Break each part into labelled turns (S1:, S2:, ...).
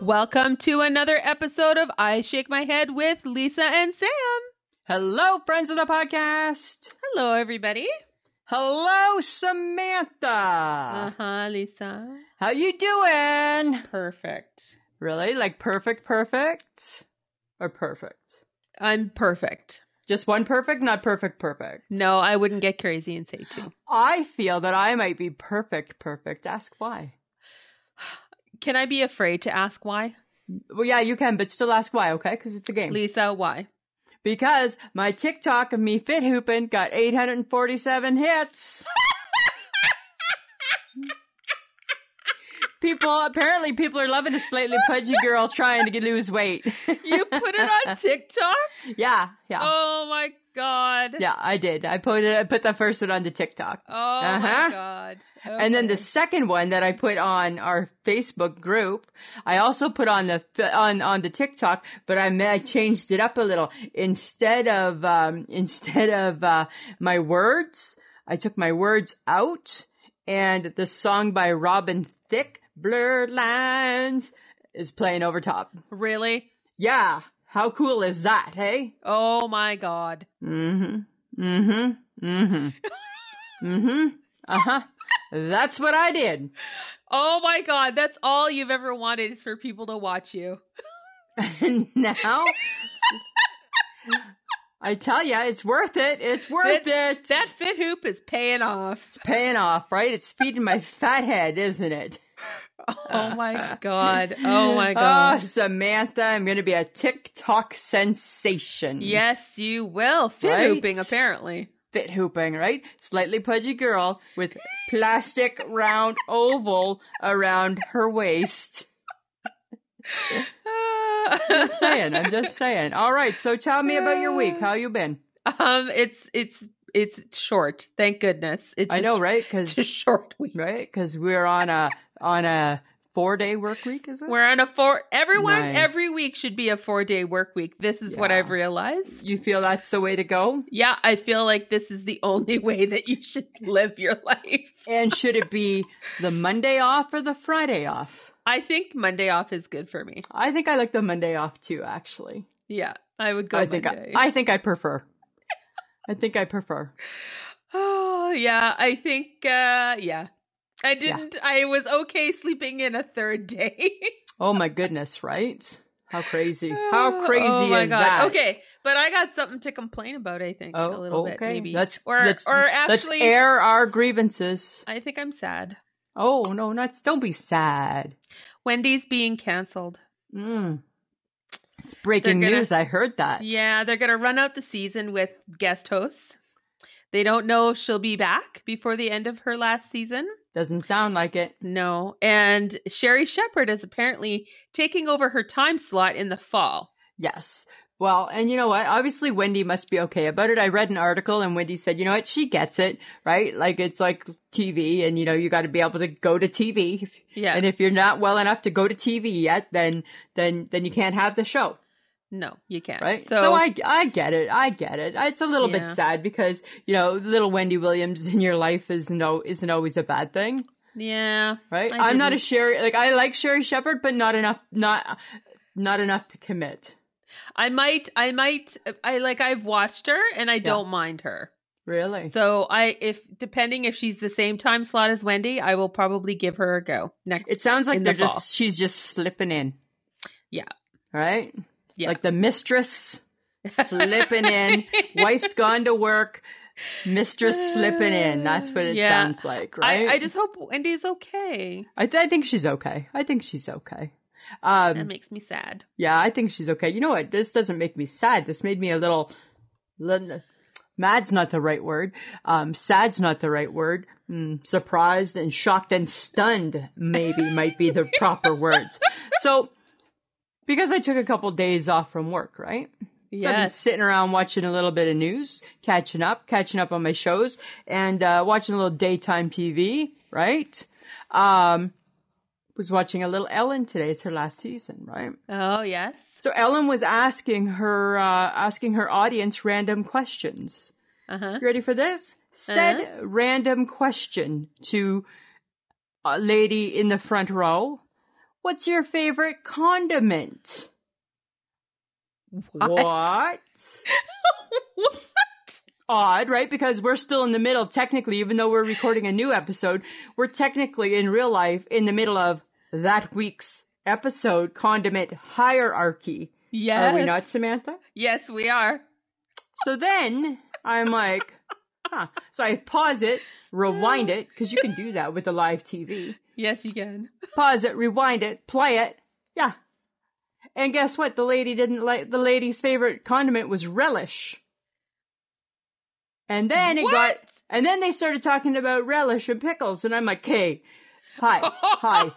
S1: Welcome to another episode of I Shake My Head with Lisa and Sam.
S2: Hello, friends of the podcast.
S1: Hello, everybody.
S2: Hello, Samantha.
S1: huh, Lisa.
S2: How you doing?
S1: Perfect.
S2: Really? Like perfect, perfect, or perfect?
S1: I'm perfect.
S2: Just one perfect, not perfect, perfect.
S1: No, I wouldn't get crazy and say two.
S2: I feel that I might be perfect, perfect. Ask why.
S1: Can I be afraid to ask why?
S2: Well, yeah, you can, but still ask why, okay? Because it's a game.
S1: Lisa, why?
S2: because my TikTok of me fit hooping got 847 hits. people, apparently, people are loving a slightly pudgy girl trying to get, lose weight.
S1: You put it on TikTok?
S2: yeah, yeah,
S1: Oh my God.
S2: yeah. I did. I put it. I put the first one on the TikTok.
S1: Oh my
S2: Uh-huh.
S1: God.
S2: And then the
S1: Okay.
S2: second one that I put on our Facebook group, I also put on the on on the TikTok, but I, ma- I changed it up a little. Instead of um, instead of uh, my words, I took my words out, and the song by Robin Thicke, "Blurred Lines," is playing over top.
S1: Really?
S2: Yeah, how cool is that? Hey.
S1: Oh my God.
S2: Mm-hmm. Mm-hmm. Mm-hmm. mm-hmm. Uh-huh. That's what I did.
S1: Oh my God. That's all you've ever wanted is for people to watch you.
S2: And now I tell you, it's worth it. It's worth it.
S1: That fit hoop is paying off.
S2: it's paying off, right? It's feeding my fat head, isn't it?
S1: Oh my god. Oh my god.
S2: Oh, Samantha, I'm going to be a TikTok sensation.
S1: yes, you will. Fit
S2: Right?
S1: hooping apparently.
S2: Fit hooping, right? Slightly pudgy girl with plastic round oval around her waist.
S1: Ah.
S2: Just saying. I'm just saying. All right. So tell me about your week. How you been?
S1: um it's it's it's short. Thank goodness. It's
S2: I
S1: just-
S2: know, right?
S1: It's
S2: Because
S1: a short week.
S2: right? Because we're on a on a four day work week, is it?
S1: We're on a four everyone
S2: Nice.
S1: every week should be a 4-day work week. This is what
S2: Yeah.
S1: I've realized.
S2: you feel that's the way to go?
S1: yeah, I feel like this is the only way that you should live your life.
S2: And should it be the Monday off or the Friday off?
S1: I think Monday off is good for me.
S2: I think I like the Monday off too, actually.
S1: Yeah, I would go
S2: I think I,
S1: Monday.
S2: I think I prefer. I think I prefer.
S1: Oh, yeah, I think uh yeah. I didn't I was okay sleeping in a third day.
S2: Oh my goodness, right? How crazy.
S1: Oh,
S2: How crazy
S1: oh my
S2: is
S1: God.
S2: that?
S1: Okay, but I got something to complain about, I think,
S2: Oh,
S1: a little bit
S2: okay.
S1: maybe.
S2: Let's-
S1: or
S2: let's-
S1: or
S2: Let's
S1: actually
S2: air our grievances.
S1: I think I'm sad.
S2: Oh no, not don't be sad.
S1: Wendy's being canceled.
S2: Mm. It's breaking
S1: gonna-
S2: news. I heard that.
S1: Yeah, they're going to run out the season with guest hosts. They don't know if she'll be back before the end of her last season.
S2: Doesn't sound like it.
S1: No. And Sherry Shepard is apparently taking over her time slot in the fall.
S2: Yes. Well, and you know what? Obviously, Wendy must be okay about it. I read an article and Wendy said, you know what? She gets it, right? Like it's like TV and you know, you got to be able to go to TV. If-
S1: Yeah.
S2: And if you're not well enough to go to TV yet, then, then, then you can't have the show,
S1: No, you can't.
S2: right?
S1: So,
S2: I, I get it. I get it. It's a little
S1: Yeah.
S2: bit sad because, you know, little Wendy Williams in your life is no, isn't always a bad thing,
S1: yeah,
S2: right?
S1: I
S2: I'm not a
S1: didn't-
S2: Sherry, like I like Sherry Shepherd, but not enough, not, not enough to commit.
S1: I might, I might, I like, I've watched her and I don't mind her.
S2: Really?
S1: So I, if depending if she's the same time slot as Wendy, I will probably give her a go next.
S2: It sounds like
S1: in
S2: they're
S1: the fall.
S2: just she's just slipping in.
S1: Yeah.
S2: Right?
S1: Yeah.
S2: Like the mistress slipping in. Wife's gone to work. Mistress slipping in. That's what it
S1: Yeah.
S2: sounds like, right?
S1: I, I just hope Wendy's okay.
S2: I, th- I think she's okay. I think she's okay. Um
S1: That makes me sad.
S2: yeah, I think she's okay. You know what? This doesn't make me sad. This made me a little li- mad's not the right word. Um sad's not the right word. Mm, surprised and shocked and stunned maybe might be the proper words. So because I took a couple days off from work, right? So I've been
S1: Yes.
S2: sitting around watching a little bit of news, catching up, catching up on my shows, and uh, watching a little daytime TV, right? Um, was watching a little Ellen today. It's her last season, right?
S1: Oh yes.
S2: So Ellen was asking her uh, asking her audience random questions.
S1: Uh huh.
S2: You ready for this? Said
S1: Uh-huh.
S2: random question to a lady in the front row. What's your favorite condiment?
S1: What?
S2: What?
S1: What?
S2: Odd, right? Because we're still in the middle, technically, even though we're recording a new episode, we're technically in real life in the middle of that week's episode, Condiment Hierarchy.
S1: Yes.
S2: Are we not, Samantha?
S1: Yes, we are.
S2: So then I'm like, huh. So I pause it, rewind it, because you can do that with the live TV.
S1: Yes, you can.
S2: Pause it, rewind it, play it. Yeah. And guess what? The lady didn't like the lady's favorite condiment was relish. And then it got
S1: What?
S2: and then they started talking about relish and pickles and I'm like, "Hey. Hi. Hi.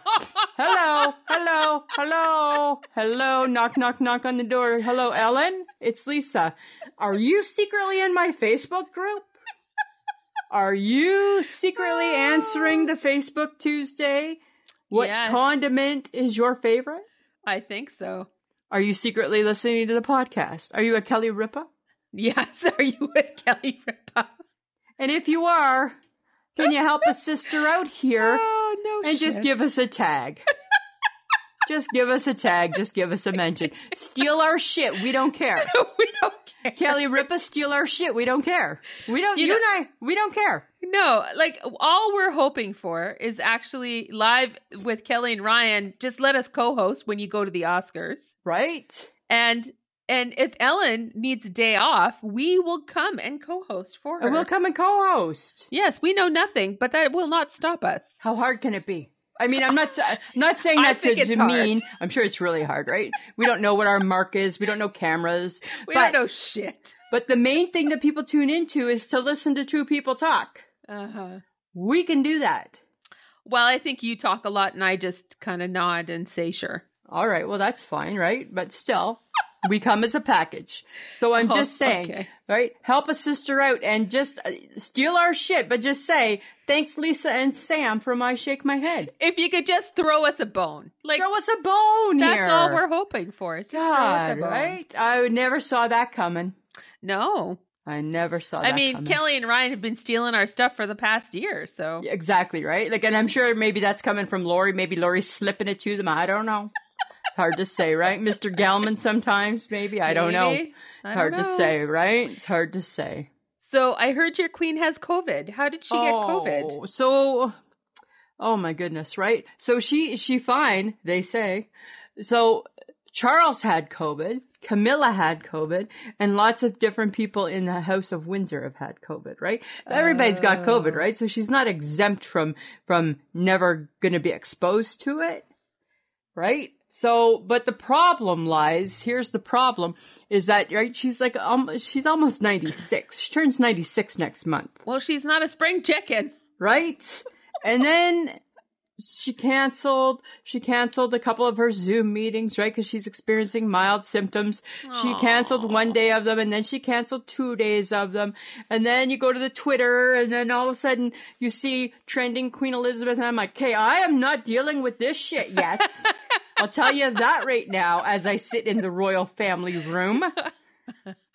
S2: Hello, hello, hello, hello. Knock, knock, knock on the door. Hello, Ellen. It's Lisa. Are you secretly in my Facebook group? Are you secretly answering the Facebook Tuesday? What
S1: Yes.
S2: condiment is your favorite?
S1: I think so.
S2: Are you secretly listening to the podcast? Are you a Kelly Ripa?
S1: Yes, are you with Kelly Ripa?
S2: And if you are, can you help a sister out here?
S1: Oh no!
S2: and just
S1: shit.
S2: give us a tag. just give us a tag. Just give us a mention. Steal our shit. We don't care.
S1: we don't care.
S2: Kelly Ripa, steal our shit. We don't care. We don't. You,
S1: You know-
S2: and I. We don't care.
S1: No, like all we're hoping for is actually live with Kelly and Ryan. Just let us co-host when you go to the Oscars,
S2: Right.
S1: and and if Ellen needs a day off, we will come and co-host for her.
S2: And we'll come and co-host.
S1: Yes, we know nothing, but that will not stop us.
S2: How hard can it be? I mean, I'm not. sa- I'm not saying
S1: I
S2: that to
S1: think it's
S2: demean. I'm sure it's really hard, right? We don't know what our mark is. We don't know cameras.
S1: We
S2: but,
S1: don't know shit.
S2: But the main thing that people tune into is to listen to two people talk.
S1: Uh huh.
S2: We can do that.
S1: Well, I think you talk a lot, and I just kind of nod and say sure.
S2: All right, well that's fine, right? But still, we come as a package. So I'm
S1: Oh,
S2: just saying,
S1: okay.
S2: right? Help a sister out and just uh, steal our shit, but just say thanks, Lisa and Sam, for my shake my head.
S1: If you could just throw us a bone, like
S2: Throw us a bone
S1: that's
S2: here.
S1: all we're hoping for. Is just throw us a
S2: God,
S1: bone.
S2: right? I never saw that coming.
S1: No,
S2: I never saw.
S1: I
S2: that
S1: mean,
S2: coming.
S1: Kelly and Ryan have been stealing our stuff for the past year, so
S2: Exactly right. Like, and I'm sure maybe that's coming from Lori. Maybe Lori's slipping it to them. I don't know. It's hard to say, right? Mr. Gelman sometimes, maybe. I don't know. It's
S1: maybe? I don't
S2: hard to
S1: know.
S2: say, right? It's hard to say.
S1: So I heard your queen has COVID. How did she get COVID?
S2: Oh, So, oh my goodness, right? So she she fine, they say. So Charles had COVID, Camilla had COVID, and lots of different people in the House of Windsor have had COVID, right? Everybody's got COVID,
S1: Oh.
S2: right? So she's not exempt from from never going to be exposed to it, right? So, but the problem lies, here's the problem, is that, right, she's like, um, she's almost 96. She turns 96 next month
S1: Well, she's not a spring chicken.
S2: right? And then she canceled. She canceled a couple of her Zoom meetings, right? Because she's experiencing mild symptoms. She canceled one day of them, and then she canceled two days of them. And then you go to the Twitter, and then all of a sudden you see trending Queen Elizabeth, and I'm like, "Okay, I am not dealing with this shit yet." I'll tell you that right now, as I sit in the royal family room,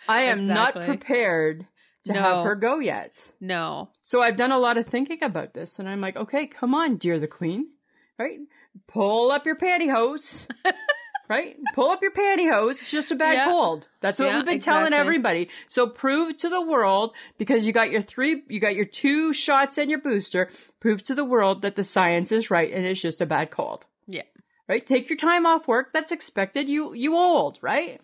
S2: I am not
S1: Exactly.
S2: prepared to
S1: No.
S2: have her go yet.
S1: No.
S2: So I've done a lot of thinking about this, and I'm like, okay, come on, dear the queen, right? Pull up your pantyhose, right? Pull up your pantyhose. It's just a bad
S1: Yeah.
S2: cold. That's what
S1: Yeah,
S2: we've been telling
S1: exactly.
S2: everybody. So prove to the world because you got your three, you got your two shots and your booster. Prove to the world that the science is right and it's just a bad cold.
S1: Yeah.
S2: Right? Take your time off work. That's expected. You you old, right?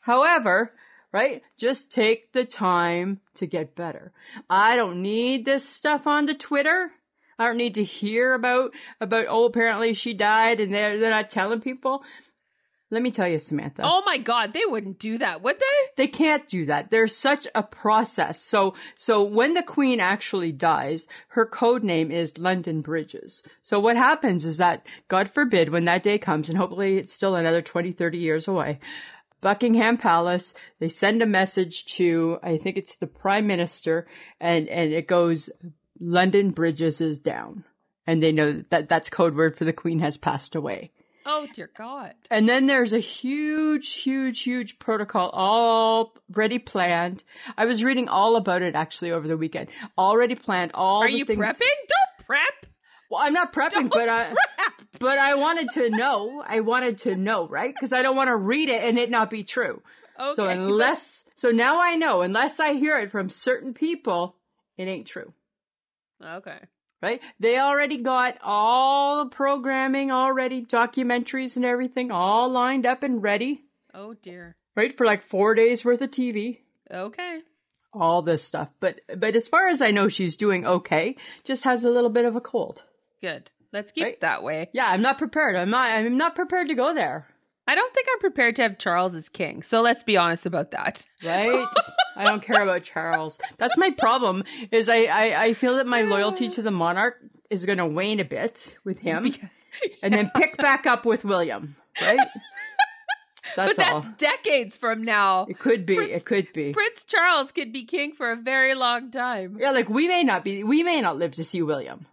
S2: However, right? Just take the time to get better. I don't need this stuff on the Twitter. I don't need to hear about about oh apparently she died and they're they're not telling people. Let me tell you, Samantha.
S1: Oh my God, they wouldn't do that, would they?
S2: They can't do that. There's such a process. So, so when the queen actually dies, her code name is London Bridges. So what happens is that, God forbid, when that day comes, and hopefully it's still another 20, 30 years away, Buckingham Palace, they send a message to, I think it's the prime minister, and, and it goes, London Bridges is down. And they know that that's code word for the queen has passed away.
S1: Oh dear God.
S2: And then there's a huge, huge, huge protocol already planned. I was reading all about it actually over the weekend. Already planned. All
S1: Are
S2: the
S1: you
S2: things.
S1: prepping? Don't prep.
S2: Well, I'm not prepping, but I,
S1: Prep.
S2: but I wanted to know. I wanted to know, right? Because I don't want to read it and it not be true.
S1: Okay.
S2: So unless, so now I know, unless I hear it from certain people, it ain't true,
S1: Okay.
S2: right? They already got all the programming already, documentaries and everything all lined up and ready,
S1: Oh dear.
S2: right? For like four days worth of TV.
S1: Okay.
S2: All this stuff, but but as far as I know, she's doing okay. Just has a little bit of a cold.
S1: Good. Let's keep
S2: Right.
S1: it that way.
S2: Yeah, I'm not prepared. I'm not. I'm not prepared to go there.
S1: I don't think I'm prepared to have Charles as king. So let's be honest about that.
S2: Right? I don't care about Charles. That's my problem. Is I I, I feel that my loyalty to the monarch is going to wane a bit with him,
S1: Because-
S2: and then pick back up with William. Right?
S1: but
S2: That's,
S1: that's
S2: all.
S1: decades from now.
S2: It could be.
S1: Prince-
S2: It could be.
S1: Prince Charles could be king for a very long time.
S2: yeah, like we may not be. We may not live to see William.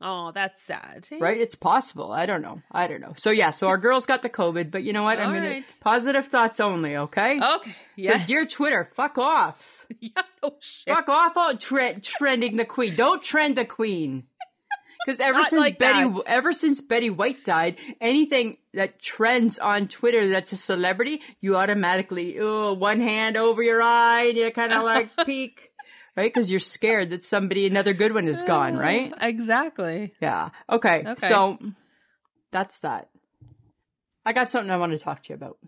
S1: Oh, that's sad. eh?
S2: Right? It's possible. I don't know. I don't know. So yeah. So our girl's got the COVID, but you know what? I'm
S1: All
S2: gonna
S1: right.
S2: positive thoughts only. Okay.
S1: Okay.
S2: So
S1: Oh, Yes.
S2: dear Twitter, fuck off.
S1: yeah. Oh shit.
S2: Fuck off on tre- trending the queen. Don't trend the queen. Because ever
S1: Not
S2: since
S1: like
S2: Betty,
S1: that.
S2: ever since Betty White died, anything that trends on Twitter that's a celebrity, you automatically oh, one hand over your eye, and you kind of like peek, right? Because you're scared that somebody, another good one, is gone, right?
S1: Uh, Exactly.
S2: Yeah. Okay.
S1: Okay.
S2: So that's that. I got something I want to talk to you about.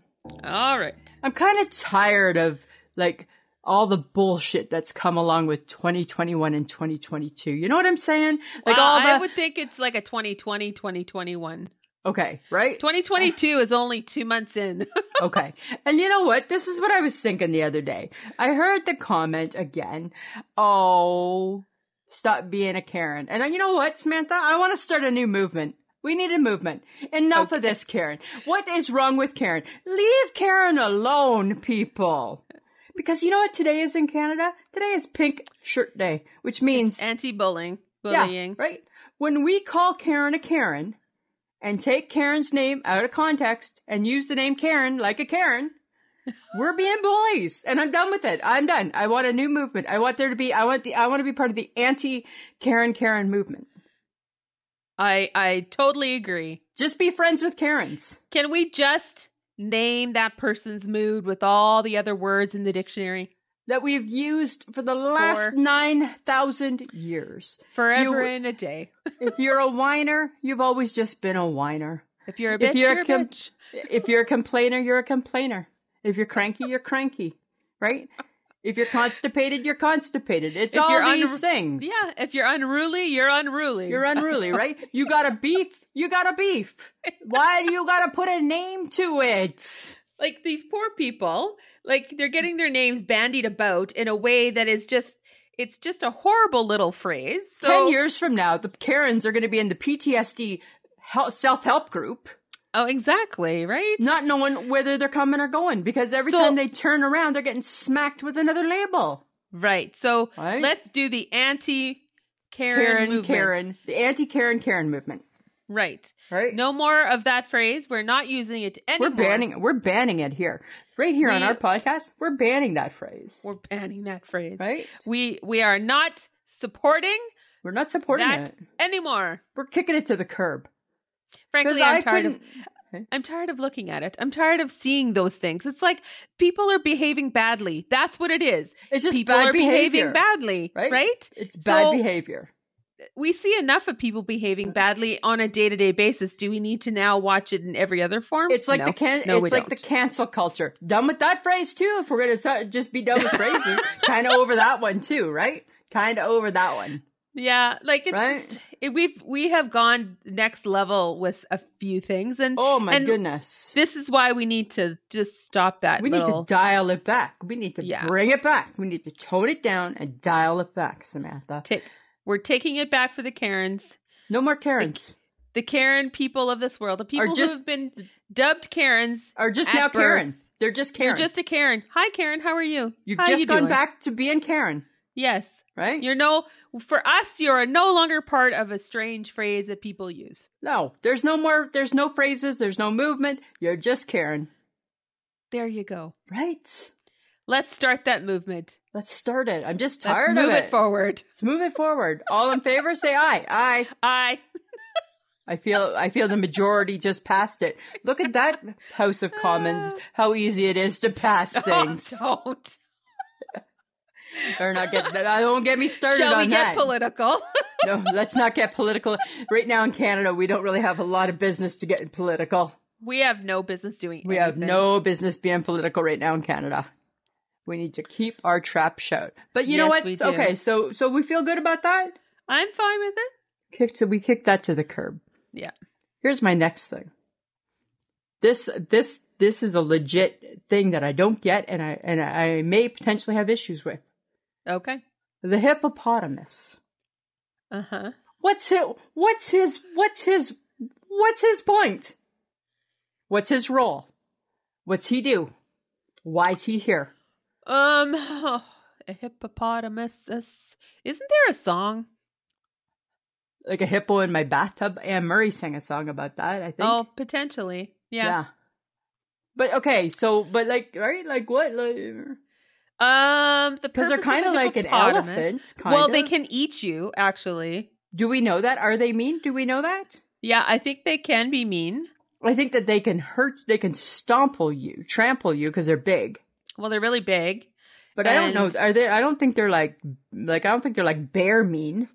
S1: All right.
S2: I'm kind of tired of like all the bullshit that's come along with 2021 and 2022. You know what I'm saying? Like
S1: Wow,
S2: all the
S1: I would think it's like a 2020, 2021.
S2: okay, right?
S1: 2022 is only two months in.
S2: okay. And you know what? This is what I was thinking the other day. I heard the comment again. Oh, stop being a Karen. And you know what, Samantha? I want to start a new movement. We need a movement. Enough of this, Karen. What is wrong with Karen? Leave Karen alone, people. Because you know what today is in Canada? Today is Pink Shirt Day, which means
S1: Anti-bullying.
S2: yeah,
S1: Bullying.
S2: right. When we call Karen a Karen and take Karen's name out of context and use the name Karen like a Karen, we're being bullies. And I'm done with it. I'm done. I want a new movement. I want there to be I want the I want to be part of the anti Karen Karen movement.
S1: I I totally agree.
S2: Just be friends with Karens.
S1: Can we just name that person's mood with all the other words in the dictionary
S2: That we've used for the last
S1: Or-
S2: nine thousand years.
S1: forever
S2: You-
S1: in a day?
S2: If you're a whiner, you've always just been a whiner.
S1: If you're a bitch,
S2: If you're
S1: you're,
S2: a
S1: a
S2: com-
S1: bitch.
S2: if you're a complainer, you're a complainer. If you're cranky, you're cranky, right? If you're constipated, you're constipated. It's
S1: If
S2: all
S1: you're unru-
S2: these things.
S1: Yeah, if you're unruly, you're unruly.
S2: You're unruly, right? You got a beef, you got a beef. Why do you got to put a name to it?
S1: like these poor people, like
S2: Mm.
S1: they're getting their names bandied about in a way that is just it's just a horrible little phrase. So
S2: 10 years from now, the Karens are going to be in the PTSD hel- self-help group,
S1: Oh, exactly, right?
S2: not knowing whether they're coming or going because every
S1: So-
S2: time they turn around, they're getting smacked with another label.
S1: Right. So
S2: Right?
S1: let's do the anti Karen
S2: Karen,
S1: movement.
S2: Karen, the anti-Karen Karen movement,
S1: Right.
S2: right?
S1: No more of that phrase. We're not using it anymore.
S2: We're banning it. We're banning it here, right here on
S1: We-
S2: our podcast. We're banning that phrase,
S1: We're banning that phrase.
S2: right?
S1: We we are not supporting
S2: We're not supporting
S1: that
S2: it.
S1: anymore.
S2: We're kicking it to the curb.
S1: Frankly,
S2: 'Cause
S1: I'm
S2: I
S1: tired of
S2: couldn't-
S1: I'm tired of looking at it. I'm tired of seeing those things. It's like people are behaving badly. That's what it is.
S2: It's just
S1: people
S2: bad
S1: are
S2: behavior.
S1: behaving badly,
S2: right?
S1: right?
S2: It's bad
S1: So-
S2: behavior.
S1: We see enough of people behaving badly on a day to day basis. Do we need to now watch it in every other form?
S2: It's like
S1: No.
S2: the can.
S1: No, we
S2: it's like
S1: don't.
S2: the cancel culture. Done with that phrase too. If we're gonna ta- just be done with phrases, kind of over that one too, right? Kind of over that one.
S1: yeah, like it's
S2: Right?
S1: just, it, we've we have gone next level with a few things, and
S2: Oh my
S1: And
S2: goodness.
S1: this is why we need to just stop that.
S2: we
S1: little-
S2: need to dial it back. We need to
S1: Yeah.
S2: bring it back. We need to tone it down and dial it back, Samantha.
S1: take. We're taking it back for the Karens,
S2: No more Karens.
S1: the Karen people of this world, the people
S2: just-
S1: who have been dubbed Karens.
S2: are just
S1: at
S2: now
S1: birth.
S2: Karen. They're just Karen.
S1: You're just a Karen. Hi, Karen. How are you?
S2: You've
S1: How
S2: just
S1: you
S2: gone
S1: doing?
S2: back to being Karen,
S1: Yes.
S2: right?
S1: You're no for us. You are no longer part of a strange phrase that people use.
S2: no, there's no more. There's no phrases. There's no movement. You're just Karen,
S1: There you go.
S2: right?
S1: Let's start that movement.
S2: Let's start it. I'm just
S1: Let's
S2: tired
S1: move
S2: of
S1: it. forward.
S2: Let's move it forward. All in favor, say aye. Aye.
S1: I
S2: I feel I feel the majority just passed it. Look at that House of Commons. How easy it is to pass things.
S1: Oh, don't.
S2: Better not get that. Don't get me started
S1: Shall
S2: on
S1: we
S2: that.
S1: get political?
S2: no, let's not get political. Right now in Canada, we don't really have a lot of business to get political.
S1: we have no business doing.
S2: We have
S1: anything.
S2: no business being political right now in Canada. We need to keep our trap shut. But you know
S1: Yes,
S2: what?
S1: we do.
S2: Okay, so so we feel good about that.
S1: I'm fine with it.
S2: Kicked we kicked that to the curb.
S1: Yeah.
S2: Here's my next thing. This this this is a legit thing that I don't get and I and I may potentially have issues with.
S1: Okay.
S2: The hippopotamus.
S1: Uh huh.
S2: What's his what's his what's his what's his point? What's his role? What's he do? Why's he here?
S1: Um, a hippopotamus. Isn't there a song?
S2: like a hippo in my bathtub. Anne Murray sang a song about that, I think.
S1: Oh, potentially. Yeah.
S2: But okay, so but like right, like what?
S1: Um, the
S2: Because
S1: purpose of
S2: they're
S1: a
S2: kind of like an
S1: hippopotamus-
S2: elephant. Kind
S1: Well, they
S2: of.
S1: can eat you, actually.
S2: Do we know that? Are they mean? Do we know that?
S1: Yeah, I think they can be mean.
S2: I think that they can hurt. They can stomple you, trample you because they're big.
S1: Well, they're really big.
S2: But I don't
S1: And-
S2: know. Are they? I don't think they're like like I don't think they're like bear mean,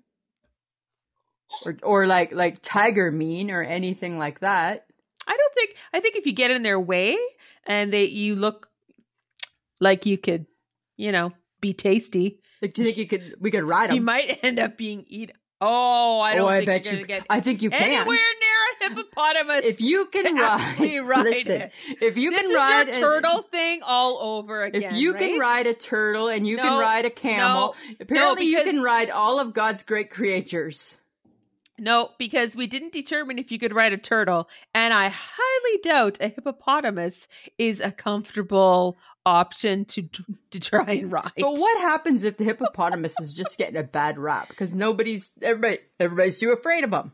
S2: or or like like tiger mean or anything like that.
S1: I don't think. I think if you get in their way and they, you look like you could, you know, be tasty,
S2: Like, do you think you could we could ride them?
S1: you might end up being eaten. Oh, I don't
S2: oh,
S1: think
S2: I bet
S1: you're
S2: you.
S1: gonna get
S2: I think you can.
S1: anywhere near a hippopotamus.
S2: if you can
S1: to
S2: ride,
S1: actually ride
S2: listen,
S1: it.
S2: if you
S1: this
S2: can
S1: is
S2: ride
S1: your
S2: a-
S1: turtle thing all over
S2: if
S1: again.
S2: you can
S1: right?
S2: ride a turtle and you can
S1: No,
S2: ride a camel, apparently you
S1: because-
S2: can ride all of God's great creatures.
S1: No, because we didn't determine if you could ride a turtle, and I highly doubt a hippopotamus is a comfortable option to to try and ride.
S2: But what happens if the hippopotamus is just getting a bad rap because nobody's everybody everybody's too afraid of him?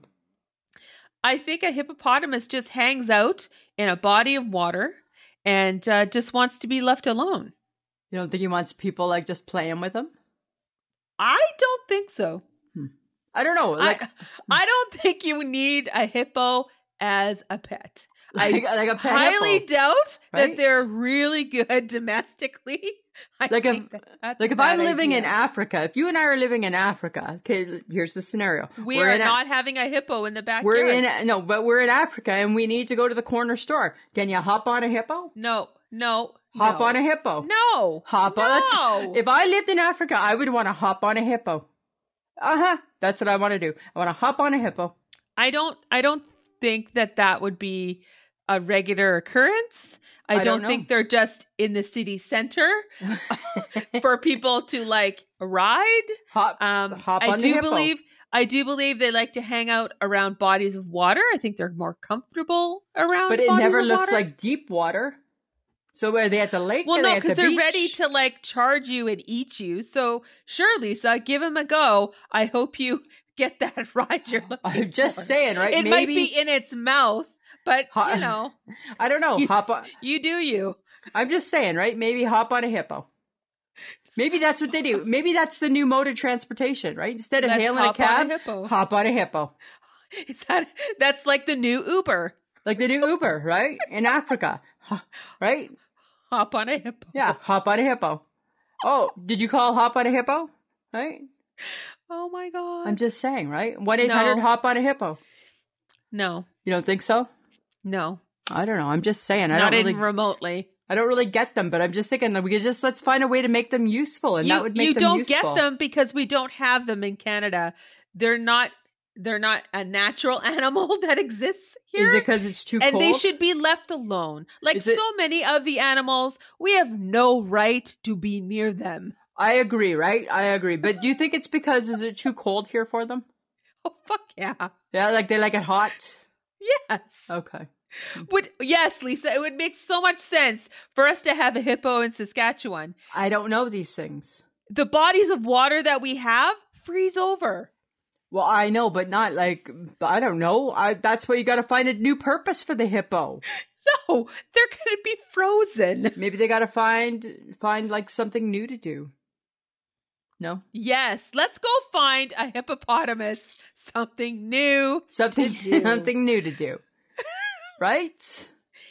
S1: I think a hippopotamus just hangs out in a body of water and uh, just wants to be left alone.
S2: You don't think he wants people like just playing with him?
S1: I don't think so.
S2: I don't know. Like,
S1: I I don't think you need a hippo as a pet. I
S2: like, like a pet
S1: highly
S2: hippo.
S1: doubt that
S2: right?
S1: they're really good domestically. I
S2: Like if-
S1: think that that's
S2: Like
S1: a
S2: if I'm
S1: bad
S2: living in
S1: idea.
S2: Africa, if you and I are living in Africa, okay, here's the scenario.
S1: we
S2: We're
S1: are
S2: in a-
S1: not having a hippo in the backyard.
S2: We're in no, but we're in Africa and we need to go to the corner store. Can you hop on a hippo?
S1: no, no,
S2: Hop
S1: no.
S2: on a hippo.
S1: no,
S2: Hop on.
S1: No.
S2: that's- If I lived in Africa, I would want to hop on a hippo. Uh huh. That's what I want to do. I want to hop on a hippo.
S1: I don't. I don't think that that would be a regular occurrence. I,
S2: I
S1: don't,
S2: don't
S1: think
S2: know.
S1: they're just in the city center for people to like ride.
S2: Hop.
S1: Um,
S2: Hop
S1: I
S2: on the
S1: do
S2: hippo.
S1: believe I do believe they like to hang out around bodies of water. I think they're more comfortable around.
S2: But it
S1: bodies
S2: never
S1: of
S2: looks
S1: water.
S2: like deep water. So are they at the lake?
S1: Well,
S2: are they
S1: no,
S2: at
S1: because
S2: the
S1: they're ready
S2: beach?
S1: to like charge you and eat you. So sure, Lisa, give them a go. I hope you get that ride you're looking
S2: I'm just
S1: for.
S2: saying, right?
S1: It
S2: Maybe
S1: might be in its mouth, but
S2: Ho-
S1: you know,
S2: I don't know.
S1: You-
S2: Hop on.
S1: you do you.
S2: I'm just saying, right? Maybe hop on a hippo. Maybe that's what they do. Maybe that's the new mode of transportation, right? Instead of
S1: Let's
S2: hailing a
S1: hop on
S2: cab,
S1: hippo.
S2: hop on a hippo.
S1: Is that that's like the new Uber?
S2: Like they do Uber, right? In Africa, Huh, right?
S1: Hop on a hippo.
S2: Yeah, hop on a hippo. Oh, did you call hop on a hippo? Right?
S1: Oh my god.
S2: I'm just saying, right? 1 800
S1: No.
S2: hop on a hippo.
S1: no,
S2: You don't think so?
S1: no,
S2: I don't know. I'm just saying. I
S1: not
S2: don't
S1: even
S2: really,
S1: remotely.
S2: I don't really get them, but I'm just thinking that we could just let's find a way to make them useful, and
S1: you
S2: that would make
S1: you
S2: them
S1: don't
S2: useful.
S1: get them because we don't have them in Canada. They're not. They're not a natural animal that exists here.
S2: Is it because it's too
S1: and
S2: cold?
S1: they should be left alone. Like
S2: Is it-
S1: so many of the animals, we have no right to be near them.
S2: I agree, right? I agree. But do you think it's because is it too cold here for them?
S1: Oh fuck yeah.
S2: Yeah, like they like it hot.
S1: Yes.
S2: Okay.
S1: Would yes, Lisa, it would make so much sense for us to have a hippo in Saskatchewan.
S2: I don't know these things.
S1: The bodies of water that we have freeze over.
S2: Well, I know, but not like I don't know. I, that's why you got to find a new purpose for the hippo.
S1: No, they're going to be frozen.
S2: Maybe they got to find find like something new to do. No,
S1: Yes, let's go find a hippopotamus, something new.
S2: something
S1: do.
S2: something new to do, right?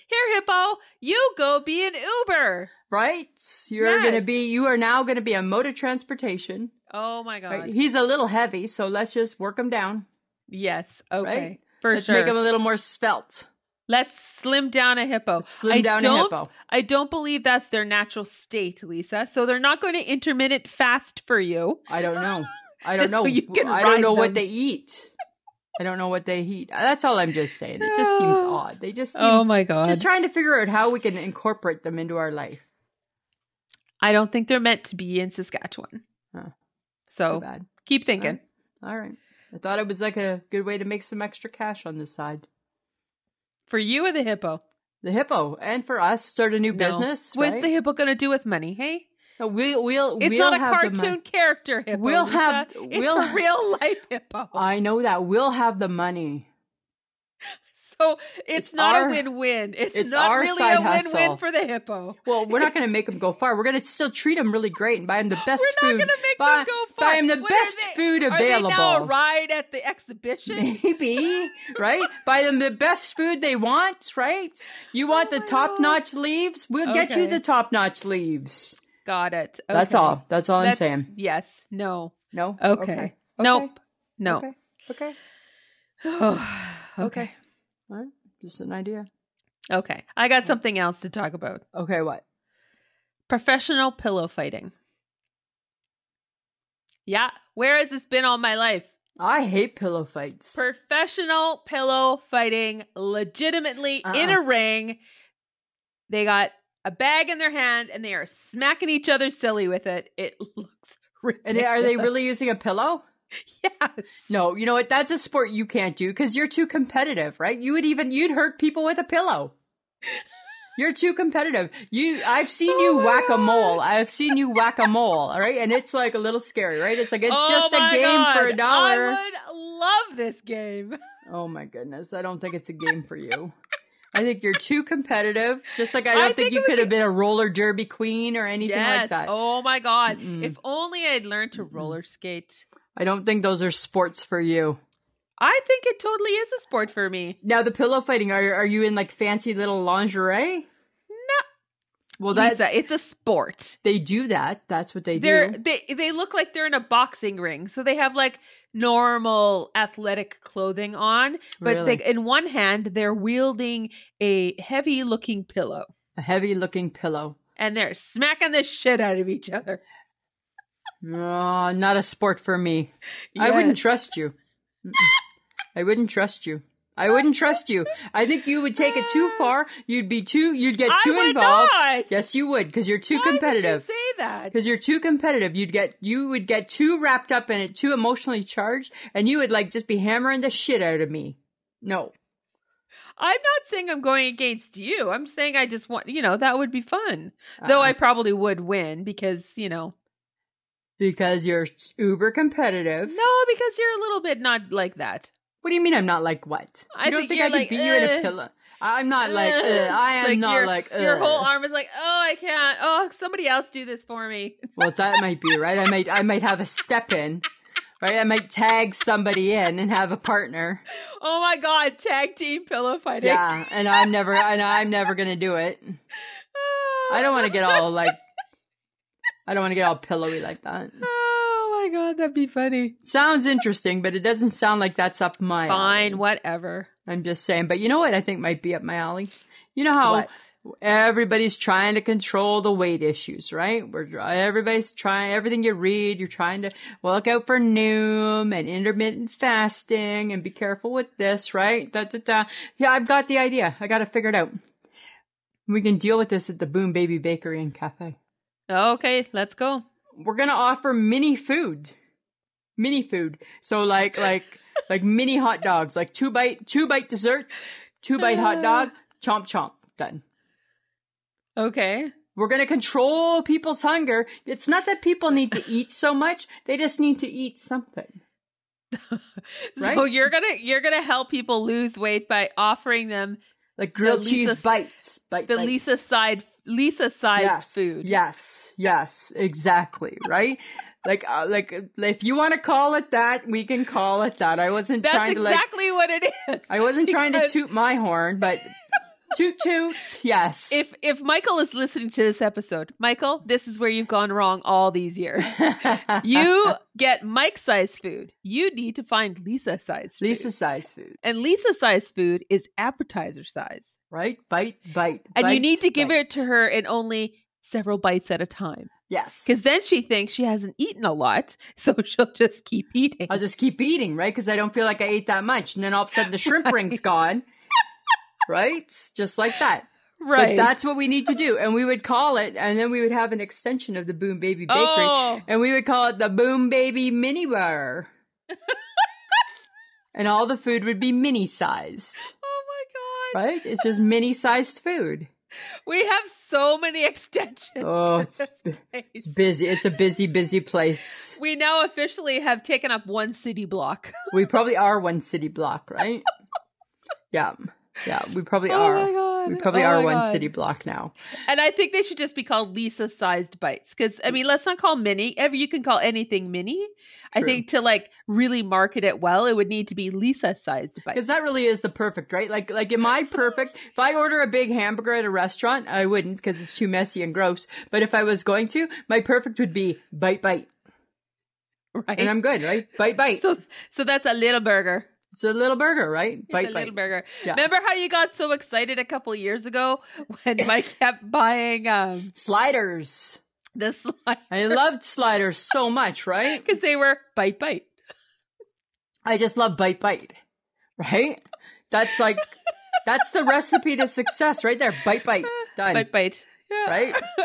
S1: Here, hippo, you go be an Uber.
S2: Right? You're gonna
S1: Yes.
S2: be. You are now gonna be a mode of transportation.
S1: Oh my God.
S2: Right? He's a little heavy, so let's just work him down.
S1: Yes, okay.
S2: Right?
S1: For
S2: let's
S1: sure.
S2: make him a little more svelte.
S1: let's slim down a hippo.
S2: Slim
S1: I
S2: down
S1: don't,
S2: a hippo.
S1: I don't believe that's their natural state, Lisa. So they're not going to intermittent fast for you.
S2: I don't know. I don't
S1: Just so
S2: know.
S1: you can
S2: I don't
S1: ride
S2: know what
S1: them.
S2: they eat. I don't know what they eat. Uh, That's all I'm just saying. It just seems
S1: Oh.
S2: odd. They just seem
S1: Oh my God.
S2: just trying to figure out how we can incorporate them into our life.
S1: I don't think they're meant to be in Saskatchewan.
S2: Huh. Too
S1: So
S2: bad.
S1: keep thinking.
S2: All right. I thought it was like a good way to make some extra cash on the side.
S1: For you or the hippo?
S2: The hippo, and for us, start a new
S1: No.
S2: business.
S1: What's
S2: right?
S1: the hippo going to do with money? Hey?
S2: No, we'll, we'll,
S1: It's
S2: we'll
S1: not a
S2: have the mon-
S1: cartoon character hippo.
S2: We'll
S1: Lisa.
S2: have-
S1: it's
S2: we'll
S1: a
S2: ha-
S1: real life hippo.
S2: I know that we'll have the money.
S1: so it's,
S2: it's
S1: not
S2: our-
S1: a win-win. It's,
S2: it's
S1: not
S2: our
S1: really
S2: side
S1: a win-win
S2: hustle.
S1: for the hippo.
S2: Well, we're not going to make them go far. We're going to still treat them really great and buy them the best
S1: We're
S2: food.
S1: not going to make
S2: buy,
S1: them go far.
S2: buy them the
S1: What are
S2: best
S1: they-
S2: food available.
S1: Are they now a ride at the exhibition?
S2: Maybe, right? Buy them the best food they want, right? You want
S1: Oh
S2: the
S1: my
S2: top notch leaves? We'll get you
S1: Okay.
S2: the top notch leaves.
S1: Got it.
S2: That's
S1: Okay.
S2: all. That's all
S1: That's-
S2: I'm saying.
S1: Yes. No.
S2: No?
S1: Okay. Nope. No.
S2: Okay. Okay.
S1: okay.
S2: All right. Just an idea.
S1: Okay. I got something else to talk about.
S2: Okay, what?
S1: Professional pillow fighting. Yeah. Where has this been all my life?
S2: I hate pillow fights.
S1: professional pillow fighting legitimately
S2: Uh-uh.
S1: in a ring they got a bag in their hand and they are smacking each other silly with it it looks ridiculous
S2: and are they really using a pillow?
S1: yes
S2: No, you know what? That's a sport you can't do because you're too competitive, right? You would even you'd hurt people with a pillow. You're too competitive. You, I've seen
S1: Oh
S2: you
S1: my
S2: whack a mole.
S1: God.
S2: I've seen you whack a mole. All right, and it's like a little scary, right? It's like it's
S1: Oh
S2: just a
S1: my
S2: game for
S1: God.
S2: a dollar.
S1: i would love this game
S2: Oh my goodness, I don't think it's a game for you. I think you're too competitive. Just like I don't
S1: I
S2: think,
S1: think
S2: you
S1: it would
S2: could have been a roller derby queen or anything
S1: yes
S2: like that.
S1: oh my god
S2: Mm-mm.
S1: if only i'd learned to
S2: Mm-mm.
S1: roller skate
S2: I don't think those are sports for you.
S1: i think it totally is a sport for me
S2: Now the pillow fighting. Are are you in like fancy little lingerie? No. Well, that
S1: Lisa, it's a sport
S2: they do that. That's what they
S1: they're
S2: do.
S1: they they look like they're in a boxing ring so they have like normal athletic clothing on but
S2: Really.
S1: they, in one hand they're wielding a heavy looking pillow
S2: a heavy looking pillow.
S1: and they're smacking the shit out of each other
S2: No, not a sport for me. I wouldn't
S1: Yes.
S2: trust you. Mm-mm. I wouldn't trust you. I wouldn't trust you. I think you would take it too far. You'd be too. You'd get
S1: i
S2: too
S1: would
S2: involved.
S1: not
S2: Yes, you would, because you're too
S1: Why would you
S2: competitive.
S1: say that
S2: Because you're too competitive, you'd get you would get too wrapped up in it, too emotionally charged, and you would like just be hammering the shit out of me. No,
S1: i'm not saying i'm going against you i'm saying i just want you know that would be fun though
S2: Um,
S1: i probably would win because you know
S2: because you're uber competitive.
S1: no because you're a little bit not like that
S2: What do you mean I'm not like what?
S1: I
S2: you don't
S1: think
S2: think,
S1: you're
S2: I could
S1: like,
S2: beat you in a
S1: uh,
S2: pillow? I'm not like uh,
S1: Ugh.
S2: I am not
S1: your,
S2: like uh.
S1: your whole arm is like, oh, I can't. Oh, somebody else do this for me.
S2: Well, that might be right. I might I might have a step in, right? I might tag somebody in and have a partner.
S1: Oh my god, tag team pillow fighting.
S2: Yeah, and I'm never and I'm never gonna do it.
S1: Oh,
S2: I don't want to get all like I don't want to get all pillowy like that.
S1: Oh my god, that'd be funny.
S2: Sounds interesting, but it doesn't sound like that's up my alley.
S1: Fine, whatever.
S2: I'm just saying. But you know what I think might be up my alley? You know how
S1: What?
S2: everybody's trying to control the weight issues, right? We're everybody's trying everything you read, you're trying to well, look out for Noom and intermittent fasting and be careful with this, right? Da, da, da. Yeah, I've got the idea. I got it figured out. We can deal with this at the Boom Baby Bakery and Cafe.
S1: Okay, let's go.
S2: We're gonna offer mini food, mini food. So like like like mini hot dogs, like two bite two bite desserts, two bite
S1: Uh.
S2: hot dog, chomp chomp, done.
S1: Okay.
S2: We're going to control people's hunger. It's not that people need to eat so much. They just need to eat something.
S1: So
S2: Right?
S1: you're gonna you're gonna help people lose weight by offering them
S2: Like grilled
S1: The
S2: cheese
S1: Lisa's-
S2: bites. Bite,
S1: the
S2: bite.
S1: Lisa side Lisa sized
S2: yes.
S1: food.
S2: Yes. Yes. Exactly. Right? like, uh, like uh, if you want to call it that, we can call it that. I wasn't
S1: That's
S2: trying to like,
S1: exactly what it is.
S2: I wasn't trying to
S1: because-
S2: toot my horn, but toot toot, yes.
S1: If if Michael is listening to this episode, Michael, this is where you've gone wrong all these years. You get Mike size food. You need to find Lisa size food.
S2: Lisa size food,
S1: and Lisa size food is appetizer size.
S2: right? Bite, bite,
S1: And you
S2: bite,
S1: need to give
S2: bite.
S1: it to her in only several bites at a time.
S2: Yes,
S1: Because then she thinks she hasn't eaten a lot, so she'll just keep eating.
S2: I'll just keep eating, right? Because I don't feel like I ate that much, and then all of a sudden the shrimp ring's gone, right? Just like that. But
S1: right.
S2: that's what we need to do, and we would call it, and then we would have an extension of the Boom Baby Bakery,
S1: Oh,
S2: and we would call it the Boom Baby Mini Bar, and all the food would be mini sized,
S1: oh my god.
S2: right? It's just mini sized food.
S1: We have so many extensions
S2: Oh,
S1: to
S2: it's
S1: this
S2: bu-
S1: place.
S2: It's busy. It's a busy, busy place.
S1: we now officially have taken up one city block.
S2: We probably are one city block, right? yeah, yeah, we probably
S1: oh
S2: are.
S1: my god.
S2: We probably
S1: Oh
S2: are
S1: my
S2: one
S1: God.
S2: city block now.
S1: And I think they should just be called Lisa sized bites. Cause I mean, let's not call mini. Ever you can call anything mini. I
S2: True.
S1: think to like really market it well, it would need to be Lisa sized bites.
S2: Because that really is the perfect, right? Like, like am I perfect? if I order a big hamburger at a restaurant, I wouldn't because it's too messy and gross. But if I was going to, my perfect would be bite bite,
S1: right?
S2: and I'm good, right? Bite bite.
S1: So so that's a little burger.
S2: it's a little burger, right?
S1: It's
S2: Bite
S1: a
S2: bite.
S1: little burger.
S2: Yeah.
S1: Remember how you got so excited a couple years ago when Mike kept buying um
S2: Sliders.
S1: the slide
S2: I loved sliders so much, right?
S1: because they were bite bite.
S2: I just love bite bite, right? That's like, that's the recipe to success, right there. Bite bite. Done.
S1: Bite bite. Yeah.
S2: Right?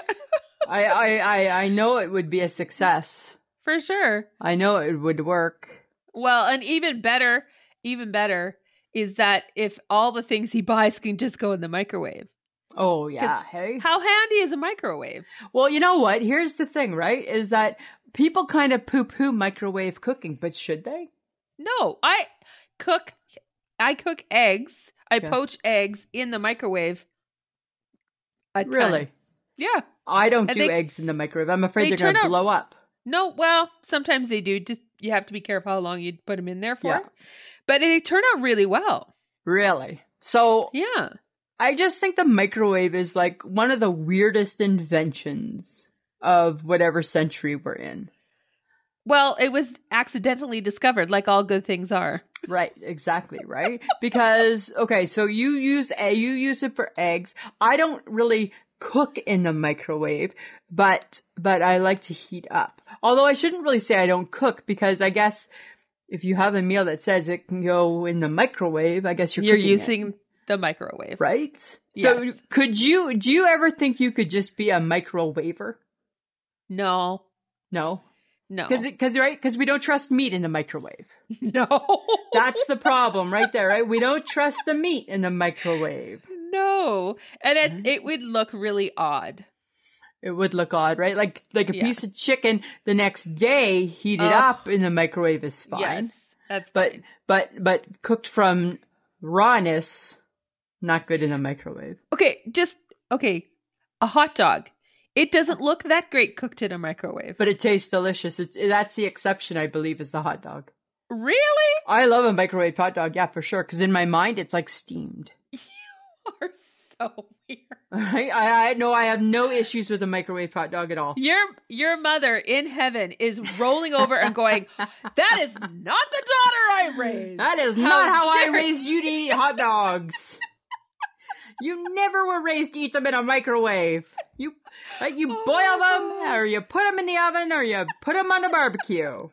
S2: I, I, I, I know it would be a success.
S1: For sure.
S2: I know it would work.
S1: Well, and even better, even better is that if all the things he buys can just go in the microwave.
S2: Oh yeah. Hey.
S1: How handy is a microwave?
S2: Well, you know what? Here's the thing, right? Is that people kind of poo-poo microwave cooking, but should they?
S1: No, I cook I cook eggs. I
S2: Yeah.
S1: poach eggs in the microwave. A ton.
S2: Really?
S1: Yeah.
S2: I don't
S1: And
S2: do
S1: they-
S2: eggs in the microwave. I'm afraid
S1: they
S2: they are
S1: turn
S2: gonna
S1: out-
S2: blow up.
S1: No, well, sometimes they do. Just you have to be careful how long you put them in there for.
S2: Yeah.
S1: But they turn out really well.
S2: Really? So
S1: Yeah.
S2: I just think the microwave is like one of the weirdest inventions of whatever century we're in.
S1: Well, it was accidentally discovered, like all good things are.
S2: Right, exactly, right? Because okay, so you use a you use it for eggs. I don't really cook in the microwave, but but I like to heat up. Although I shouldn't really say I don't cook because I guess if you have a meal that says it can go in the microwave, I guess you're
S1: You're
S2: cooking it,
S1: using the microwave.
S2: right? So
S1: Yes.
S2: could you do you ever think you could just be a microwaver?
S1: No,
S2: No.
S1: no,
S2: Cuz cuz right? Cuz we don't trust meat in the microwave.
S1: no,
S2: That's the problem right there, right? We don't trust the meat in the microwave.
S1: no, and
S2: Mm-hmm.
S1: it it would look really odd.
S2: It would look odd, right? Like like a
S1: Yeah.
S2: piece of chicken the next day heated
S1: Ugh.
S2: up in the microwave is fine.
S1: Yes, that's
S2: But
S1: fine.
S2: but but cooked from rawness, not good in the microwave.
S1: okay, just okay. A hot dog. It doesn't look that great cooked in a microwave.
S2: But it tastes delicious. It's, that's the exception, I believe, is the hot dog.
S1: really?
S2: I love a microwave hot dog, yeah, for sure. Because in my mind, it's like steamed.
S1: You are so weird.
S2: Right? I, I no, I have no issues with a microwave hot dog at all.
S1: Your your mother in heaven is rolling over and going, "That is not the daughter I raised.
S2: That is
S1: How
S2: not how I
S1: dare-
S2: raised you to eat hot dogs. you never were raised to eat them in a microwave. You like you
S1: Oh
S2: boil
S1: my
S2: them,
S1: God.
S2: or you put them in the oven, or you put them on the barbecue.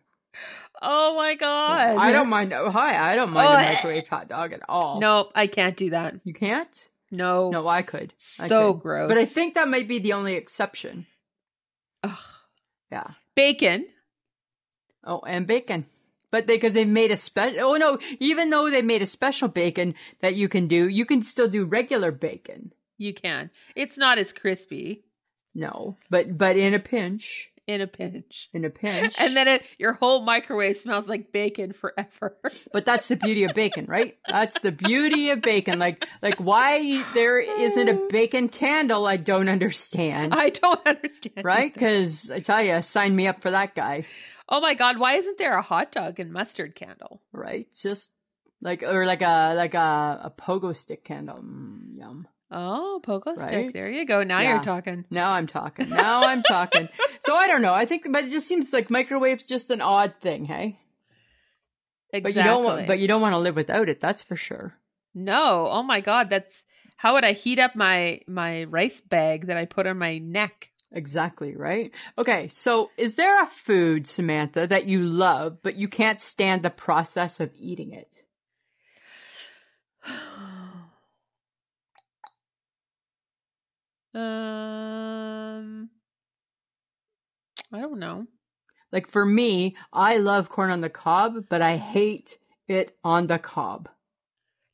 S1: Oh my god!
S2: I don't mind. Oh, hi, I don't mind
S1: Oh,
S2: a microwave hot dog at all.
S1: No, I can't do that.
S2: you can't.
S1: No,
S2: No, I could. I
S1: so
S2: could.
S1: gross.
S2: But I think that might be the only exception.
S1: Ugh.
S2: Yeah.
S1: bacon.
S2: Oh, and bacon. But they, because they made a special, oh no, even though they made a special bacon that you can do, you can still do regular bacon.
S1: You can. It's not as crispy.
S2: No, but but in a pinch,
S1: in a pinch.
S2: in a pinch.
S1: And then it, your whole microwave smells like bacon forever.
S2: but that's the beauty of bacon, right? That's the beauty of bacon. Like, like why there isn't a bacon candle? I don't understand.
S1: I don't understand.
S2: Right? Because I tell you, sign me up for that guy.
S1: Oh my god, why isn't there a hot dog and mustard candle?
S2: Right? Just like or like a like a, a pogo stick candle. Mm, yum.
S1: Oh, pogo
S2: Right?
S1: stick. There you go. Now
S2: Yeah.
S1: you're talking.
S2: Now I'm talking. Now I'm talking. So I don't know. I think, but it just seems like microwaves just an odd thing, hey? But
S1: Exactly.
S2: you don't. want- But you don't want to live without it. That's for sure.
S1: No. Oh my god, that's how would I heat up my my rice bag that I put on my neck?
S2: Exactly, right? Okay, so is there a food, Samantha, that you love, but you can't stand the process of eating it?
S1: um I don't know.
S2: Like for me, I love corn on the cob, but I hate it on the cob.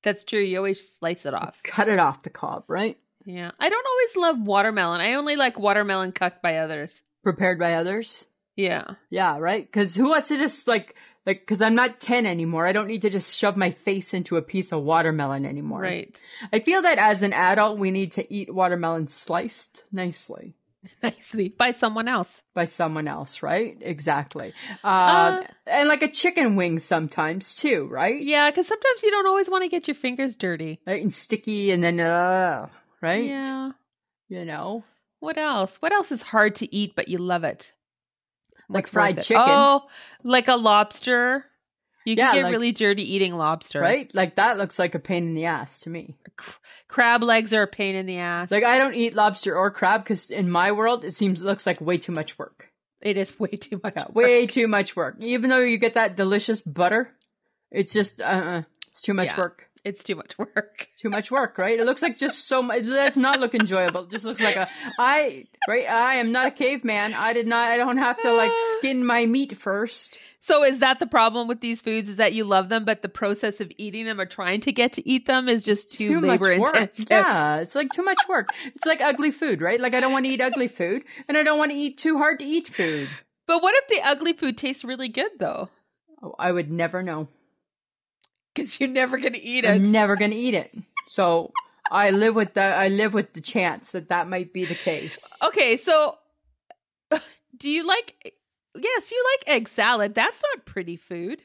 S1: That's true. You always slice it off.
S2: Cut it off the cob, right?
S1: Yeah. I don't always love watermelon. I only like watermelon cooked by others.
S2: Prepared by others.
S1: Yeah.
S2: Yeah, right? Cause who wants to just like, like, cause I'm not 10 anymore. I don't need to just shove my face into a piece of watermelon anymore.
S1: Right.
S2: I feel that as an adult, we need to eat watermelon sliced nicely.
S1: Nicely by someone else.
S2: by someone else, right? Exactly. Um,
S1: Uh,
S2: and like a chicken wing sometimes too, right?
S1: Yeah, because sometimes you don't always want to get your fingers dirty.
S2: Right? And sticky and then, uh, right?
S1: Yeah.
S2: You know,
S1: What else? What else is hard to eat but you love it?
S2: Like
S1: What's
S2: fried
S1: worth it?
S2: chicken.
S1: Oh, like a lobster. You can
S2: Yeah,
S1: get
S2: like-
S1: really dirty eating lobster.
S2: right? Like that looks like a pain in the ass to me.
S1: C- crab legs are a pain in the ass.
S2: Like I don't eat lobster or crab because in my world, it seems, looks like way too much work.
S1: it is way too much.
S2: Yeah,
S1: work.
S2: way too much work. Even though you get that delicious butter, it's just, uh, uh it's too much
S1: Yeah.
S2: work.
S1: It's too much work.
S2: too much work, right? It looks like just so much. It does not look enjoyable. It just looks like a I right. I am not a caveman. I did not. I don't have to like
S1: Ah.
S2: skin my meat first.
S1: So is that the problem with these foods? Is that you love them, but the process of eating them or trying to get to eat them is just too, labor
S2: work.
S1: intensive.
S2: Yeah, it's like too much work. It's like ugly food, right? Like I don't want to eat ugly food, and I don't want to eat too hard to eat food.
S1: But what if the ugly food tastes really good though?
S2: Oh, I would never know.
S1: Because you're never gonna eat it.
S2: I'm never gonna eat it. So I live with the I live with the chance that that might be the case.
S1: Okay, so do you like? Yes, you like egg salad. That's not pretty food.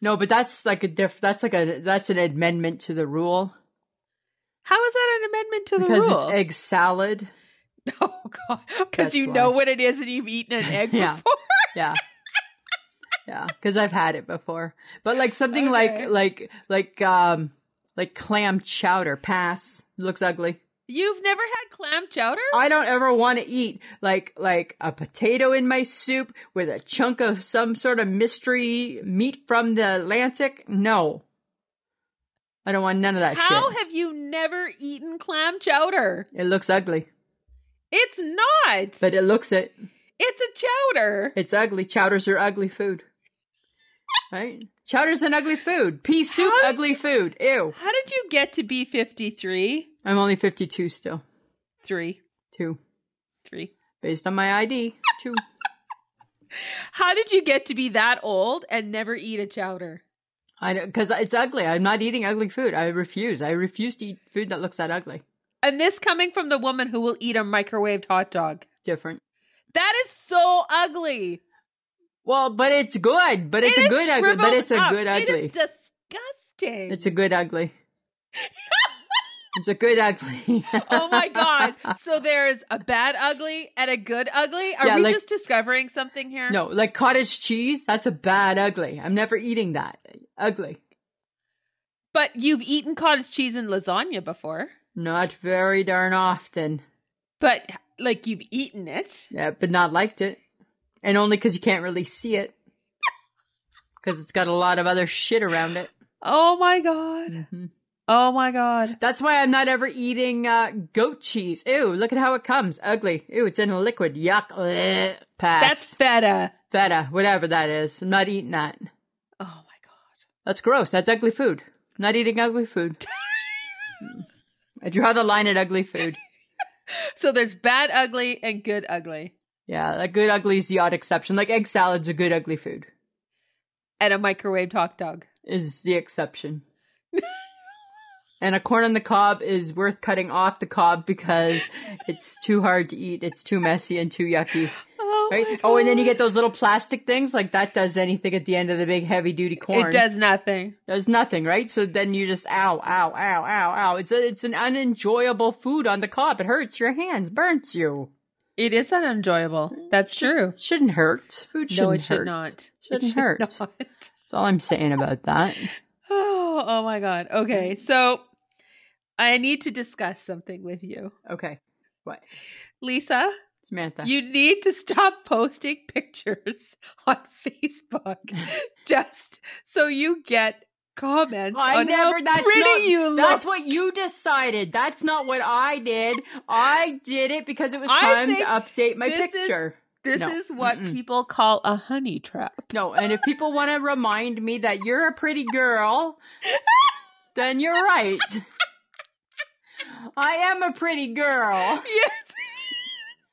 S2: No, but that's like a diff. That's like a that's an amendment to the rule.
S1: How is that an amendment to the
S2: because
S1: rule?
S2: it's egg salad.
S1: oh God, because
S2: That's
S1: you
S2: why.
S1: know what it is, and you've eaten an egg
S2: Yeah.
S1: before.
S2: Yeah. yeah, because I've had it before. But like something
S1: Okay.
S2: like like like um like clam chowder pass looks ugly.
S1: You've never had clam chowder.
S2: I don't ever want to eat like like a potato in my soup with a chunk of some sort of mystery meat from the Atlantic. No. I don't want none of that
S1: How
S2: shit.
S1: have you never eaten clam chowder?
S2: it looks ugly,
S1: It's not.
S2: but it looks it.
S1: it's a chowder.
S2: It's ugly. Chowders are ugly food. Right? Chowder's an ugly food. Pea soup,
S1: How did
S2: ugly food. Ew.
S1: How did you get to be fifty three?
S2: I'm only 52 still.
S1: Three,
S2: Two.
S1: three.
S2: Based on my ID. Two.
S1: How did you get to be that old and never eat a chowder?
S2: I don't, cause it's ugly. I'm not eating ugly food. I refuse. I refuse to eat food that looks that ugly.
S1: And this coming from the woman who will eat a microwaved hot dog.
S2: Different.
S1: That is so ugly.
S2: Well, but it's good. But it's
S1: It
S2: a
S1: is
S2: good ugly. But
S1: shriveled
S2: it's a
S1: up.
S2: good ugly.
S1: It is disgusting.
S2: It's a good ugly. it's a good ugly.
S1: oh my god. So there's a bad ugly and a good ugly? Are
S2: Yeah,
S1: we
S2: like-
S1: just discovering something here?
S2: No, like cottage cheese, that's a bad ugly. I'm never eating that. Ugly.
S1: But you've eaten cottage cheese and lasagna before.
S2: Not very darn often.
S1: But like you've eaten it.
S2: Yeah, but not liked it. And only because you can't really see it. Because it's got a lot of other shit around it.
S1: Oh my god.
S2: Mhm.
S1: Oh my god.
S2: That's why I'm not ever eating uh, goat cheese. Ew, look at how it comes. Ugly. Ew, it's in a liquid. Yuck. Blech.
S1: That's
S2: Pass.
S1: feta.
S2: feta, whatever that is. I'm not eating that.
S1: Oh my god.
S2: That's gross. That's ugly food. I'm not eating ugly food. I draw the line at ugly food.
S1: So there's bad ugly and good ugly.
S2: Yeah, like good ugly is the odd exception. Like egg salad's a good ugly food
S1: and a microwaved hot dog.
S2: is the exception. and a corn on the cob is worth cutting off the cob because it's too hard to eat. It's too messy and too yucky.
S1: Oh,
S2: Right?
S1: my
S2: oh, and then you
S1: God.
S2: get those little plastic things. Like that does anything at the end of the big heavy duty corn.
S1: It does nothing.
S2: Does nothing, right? So then you just ow, ow, ow, ow, ow. It's a, it's an unenjoyable food on the cob. It hurts your hands, burns you.
S1: It is unenjoyable. That's true.
S2: Shouldn't hurt. Food shouldn't
S1: No, it should
S2: hurt.
S1: not.
S2: Shouldn't
S1: it should
S2: hurt.
S1: Not.
S2: That's all I'm saying about that.
S1: Oh, oh my God. Okay, so I need to discuss something with you,
S2: Okay,
S1: Lisa.
S2: Samantha.
S1: You need to stop posting pictures on Facebook just so you get comments
S2: I
S1: on
S2: never-
S1: how
S2: that's
S1: pretty
S2: not-
S1: you look.
S2: That's what you decided. That's not what I did. I did it because it was
S1: I
S2: time to
S1: think
S2: update my
S1: this is-
S2: picture.
S1: this
S2: no,
S1: is what
S2: mm-mm.
S1: people call a honey trap.
S2: No, and if people want to remind me that you're a pretty girl, then you're right. I am a pretty girl.
S1: Yes.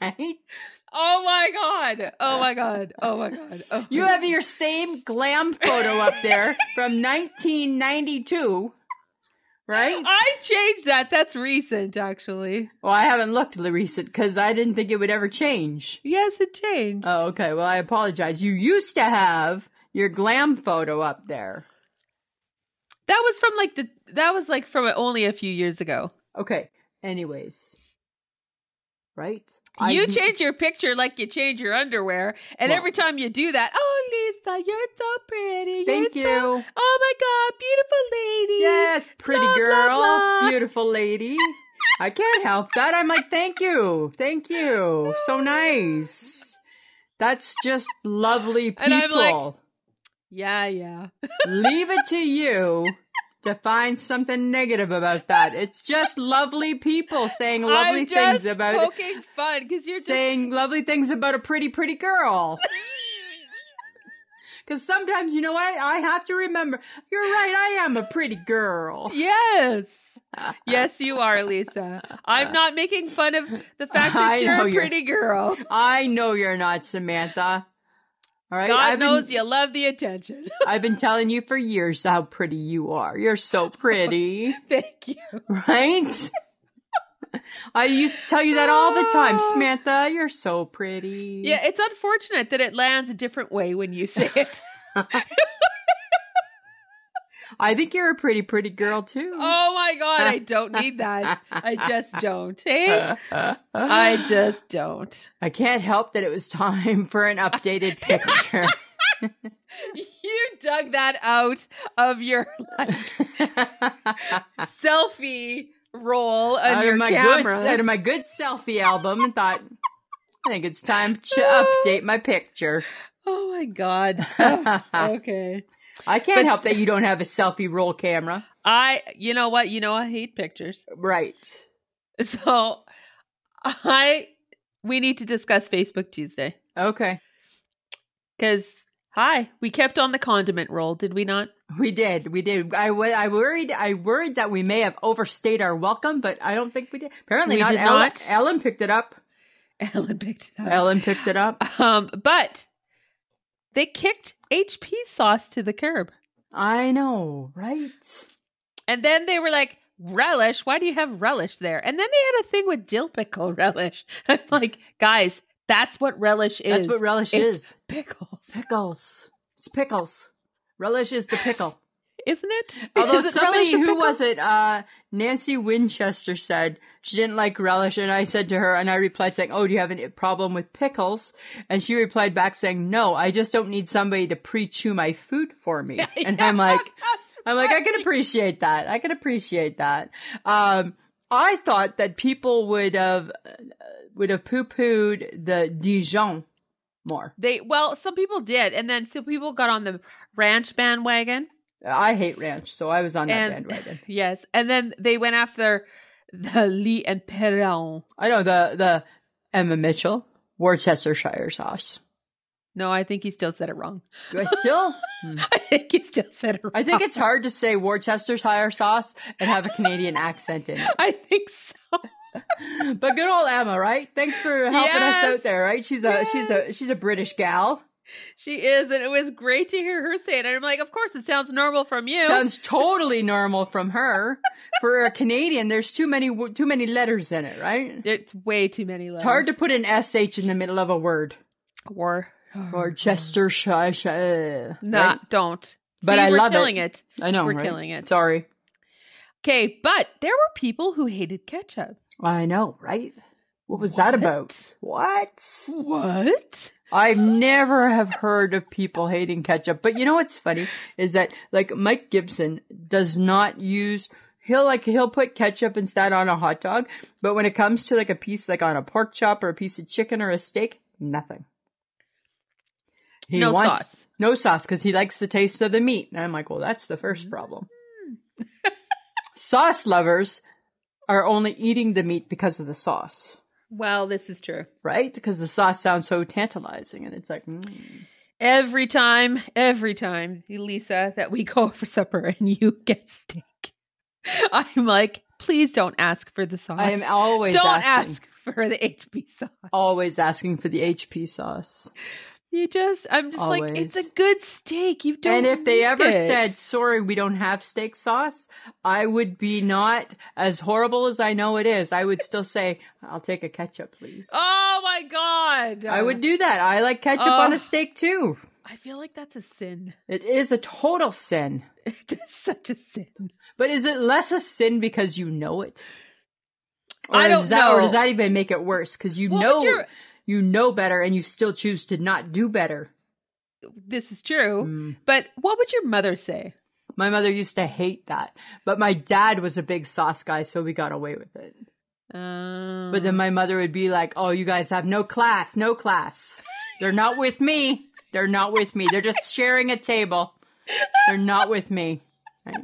S2: right?
S1: Oh my god. Oh my god. Oh my god. Oh
S2: You
S1: my
S2: have your same glam photo up there from 1992, right?
S1: I changed that. That's recent, actually.
S2: Well, I haven't looked recent because I didn't think it would ever change.
S1: Yes, it changed.
S2: Oh, okay. Well, I apologize. You used to have your glam photo up there.
S1: That was from like the that was like from only a few years ago.
S2: Okay. Anyways. Right?
S1: you change your picture like you change your underwear, and
S2: Well-
S1: every time you do that, oh Lisa, you're so pretty.
S2: Thank
S1: you're so-
S2: you.
S1: oh my god, beautiful lady.
S2: Yes, pretty
S1: Blah, blah,
S2: girl.
S1: blah.
S2: Beautiful lady. I can't help that. I'm like, thank you. Thank you. So nice. That's just lovely people.
S1: And I'm like- Yeah, yeah.
S2: Leave it to you to find something negative about that. It's just lovely people saying lovely
S1: I'm just
S2: things about it.
S1: poking fun because you're just
S2: saying lovely things about a pretty, pretty girl. Because sometimes, you know what? I have to remember. You're right. I am a pretty girl.
S1: Yes. Yes, you are, Lisa. I'm not making fun of the fact
S2: I
S1: that you're
S2: know
S1: a
S2: you're-
S1: pretty girl.
S2: I know you're not Samantha. All right.
S1: God
S2: I've been-
S1: knows you love the attention.
S2: I've been telling you for years how pretty you are. You're so pretty,
S1: Thank you.
S2: right? I used to tell you that all the time, Samantha. You're so pretty.
S1: Yeah, it's unfortunate that it lands a different way when you say it.
S2: I think you're a pretty, pretty girl too.
S1: Oh my God, I don't need that. I just don't. Hey, I
S2: I
S1: just don't.
S2: I can't help that it was time for an updated picture.
S1: You dug that out of your like, selfie roll on
S2: out
S1: your
S2: of my
S1: camera.
S2: good out of my good selfie album and thought I think it's time to update my picture.
S1: oh my God.
S2: I
S1: okay.
S2: can't
S1: But-
S2: help that you don't have a selfie roll camera.
S1: I, you know what? You know, I hate pictures.
S2: Right.
S1: So I we need to discuss Facebook Tuesday
S2: Okay.
S1: cuz hi, we kept on the condiment roll, did we not?
S2: We did. We did. I, wa- I worried I worried that we may have overstayed our welcome, but I don't think we did. Apparently
S1: We
S2: not.
S1: did
S2: Ellen,
S1: not.
S2: Ellen picked it up.
S1: Ellen picked it up.
S2: Ellen picked it up.
S1: Um but they kicked HP sauce to the curb.
S2: I know, right?
S1: And then they were like, "Relish, why do you have relish there?" And then they had a thing with dill pickle relish. I'm like, "Guys, that's what relish is.
S2: That's what relish
S1: It's-
S2: is.
S1: pickles,
S2: Pickles. It's pickles. Relish is the pickle.
S1: isn't it?"
S2: Although
S1: Is it
S2: somebody
S1: relish or
S2: who
S1: pickle?
S2: was it? Uh, Nancy Winchester said she didn't like relish, and I said to her, and I replied saying, "Oh, do you have a problem with pickles?" And she replied back saying, "No, I just don't need somebody to pre-chew my food for me." And I'm like,
S1: That's
S2: I'm like, I
S1: right.
S2: can appreciate that. I can appreciate that. Um, I thought that people would have uh, would have poo-pooed the Dijon more.
S1: They well, some people did, and then some people got on the ranch bandwagon.
S2: I hate ranch, so I was on that
S1: And-
S2: bandwagon.
S1: Yes, and then they went after the Lee and Perron.
S2: I know the the Emma Mitchell Worcestershire sauce.
S1: No, I think he still said it wrong.
S2: Do I still? Hmm.
S1: I think he still said it wrong.
S2: I think it's hard to say Worcestershire sauce and have a Canadian accent in it.
S1: I think so.
S2: but good old Emma, right? Thanks for helping us
S1: Yes.
S2: out there, right? She's a she's a she's a British gal.
S1: She is, and it was great to hear her say it. And I'm like, of course, it sounds normal from you.
S2: Sounds totally normal from her. For a Canadian, there's too many w- too many letters in it, right?
S1: it's way too many letters.
S2: It's hard to put an sh in the middle of a word.
S1: War.
S2: Or Chestershire. shire,
S1: Nah,
S2: right?
S1: don't.
S2: But
S1: See,
S2: I
S1: we're
S2: love it.
S1: killing it.
S2: I know.
S1: We're
S2: right?
S1: killing it.
S2: Sorry,
S1: Okay, but there were people who hated ketchup.
S2: I know, right? What was that about? What?
S1: What?
S2: I've never have heard of people hating ketchup. But you know what's funny is that like Mike Gibson does not use he'll like he'll put ketchup instead on a hot dog, but when it comes to like a piece like on a pork chop or a piece of chicken or a steak, nothing. He
S1: no
S2: wants
S1: sauce.
S2: no sauce because he likes the taste of the meat. And I'm like, well, that's the
S1: Mm.
S2: first problem. sauce lovers are only eating the meat because of the sauce,
S1: Well, this is true.
S2: right? Because the sauce sounds so tantalizing, and it's like, mm.
S1: Every time, every time, Elisa, that we go for supper and you get steak, I'm like, please don't ask for the sauce.
S2: I am always
S1: don't
S2: asking,
S1: ask for the HB sauce.
S2: always asking for the HP sauce.
S1: You just, I'm just like, it's a
S2: Always.
S1: good steak. You don't.
S2: and if they
S1: need
S2: ever
S1: it.
S2: said, "Sorry, we don't have steak sauce," I would be not as horrible as I know it is. I would still say, "I'll take a ketchup, please."
S1: oh my god,
S2: I would do that. I like ketchup on
S1: Oh.
S2: a steak too.
S1: I feel like that's a sin.
S2: It is a total sin.
S1: It is such a sin.
S2: But is it less a sin because you know it? Or
S1: I don't
S2: is that, Or does
S1: know.
S2: that even make it worse? Because you
S1: Well, but
S2: know
S1: you're-
S2: you know better, and you still choose to not do better.
S1: This is true.
S2: Mm.
S1: But what would your mother say?
S2: My mother used to hate that, but my dad was a big sauce guy, so we got away with it.
S1: Um,
S2: But then my mother would be like, "Oh, you guys have no class, no class. They're not with me. They're not with me. They're just sharing a table. They're not with me." Right?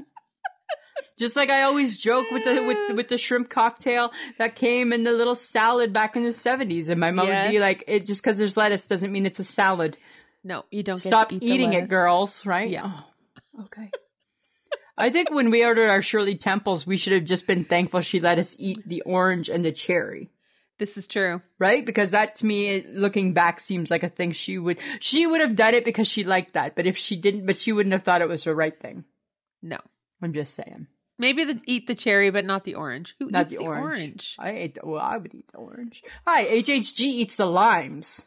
S2: Just like I always joke with the with with the shrimp cocktail that came in the little salad back in the seventies, and my mom would be
S1: Yes.
S2: like, "It just because there's lettuce doesn't mean it's a salad.
S1: no, you don't. Get
S2: Stop
S1: to eat the
S2: eating it,
S1: lettuce.
S2: girls." Right?
S1: Yeah.
S2: Oh, okay. I think when we ordered our Shirley Temples, we should have just been thankful she let us eat the orange and the cherry
S1: This is true.
S2: right? Because that to me, it- looking back, seems like a thing she would she would have done it because she liked that. But if she didn't, but she wouldn't have thought it was the right thing.
S1: No,
S2: I'm just saying.
S1: maybe the, eat the cherry, but not the orange. Who
S2: Not
S1: eats
S2: the
S1: the
S2: orange.
S1: orange?
S2: I ate the, well, I would eat the orange. Hi, HHG eats the limes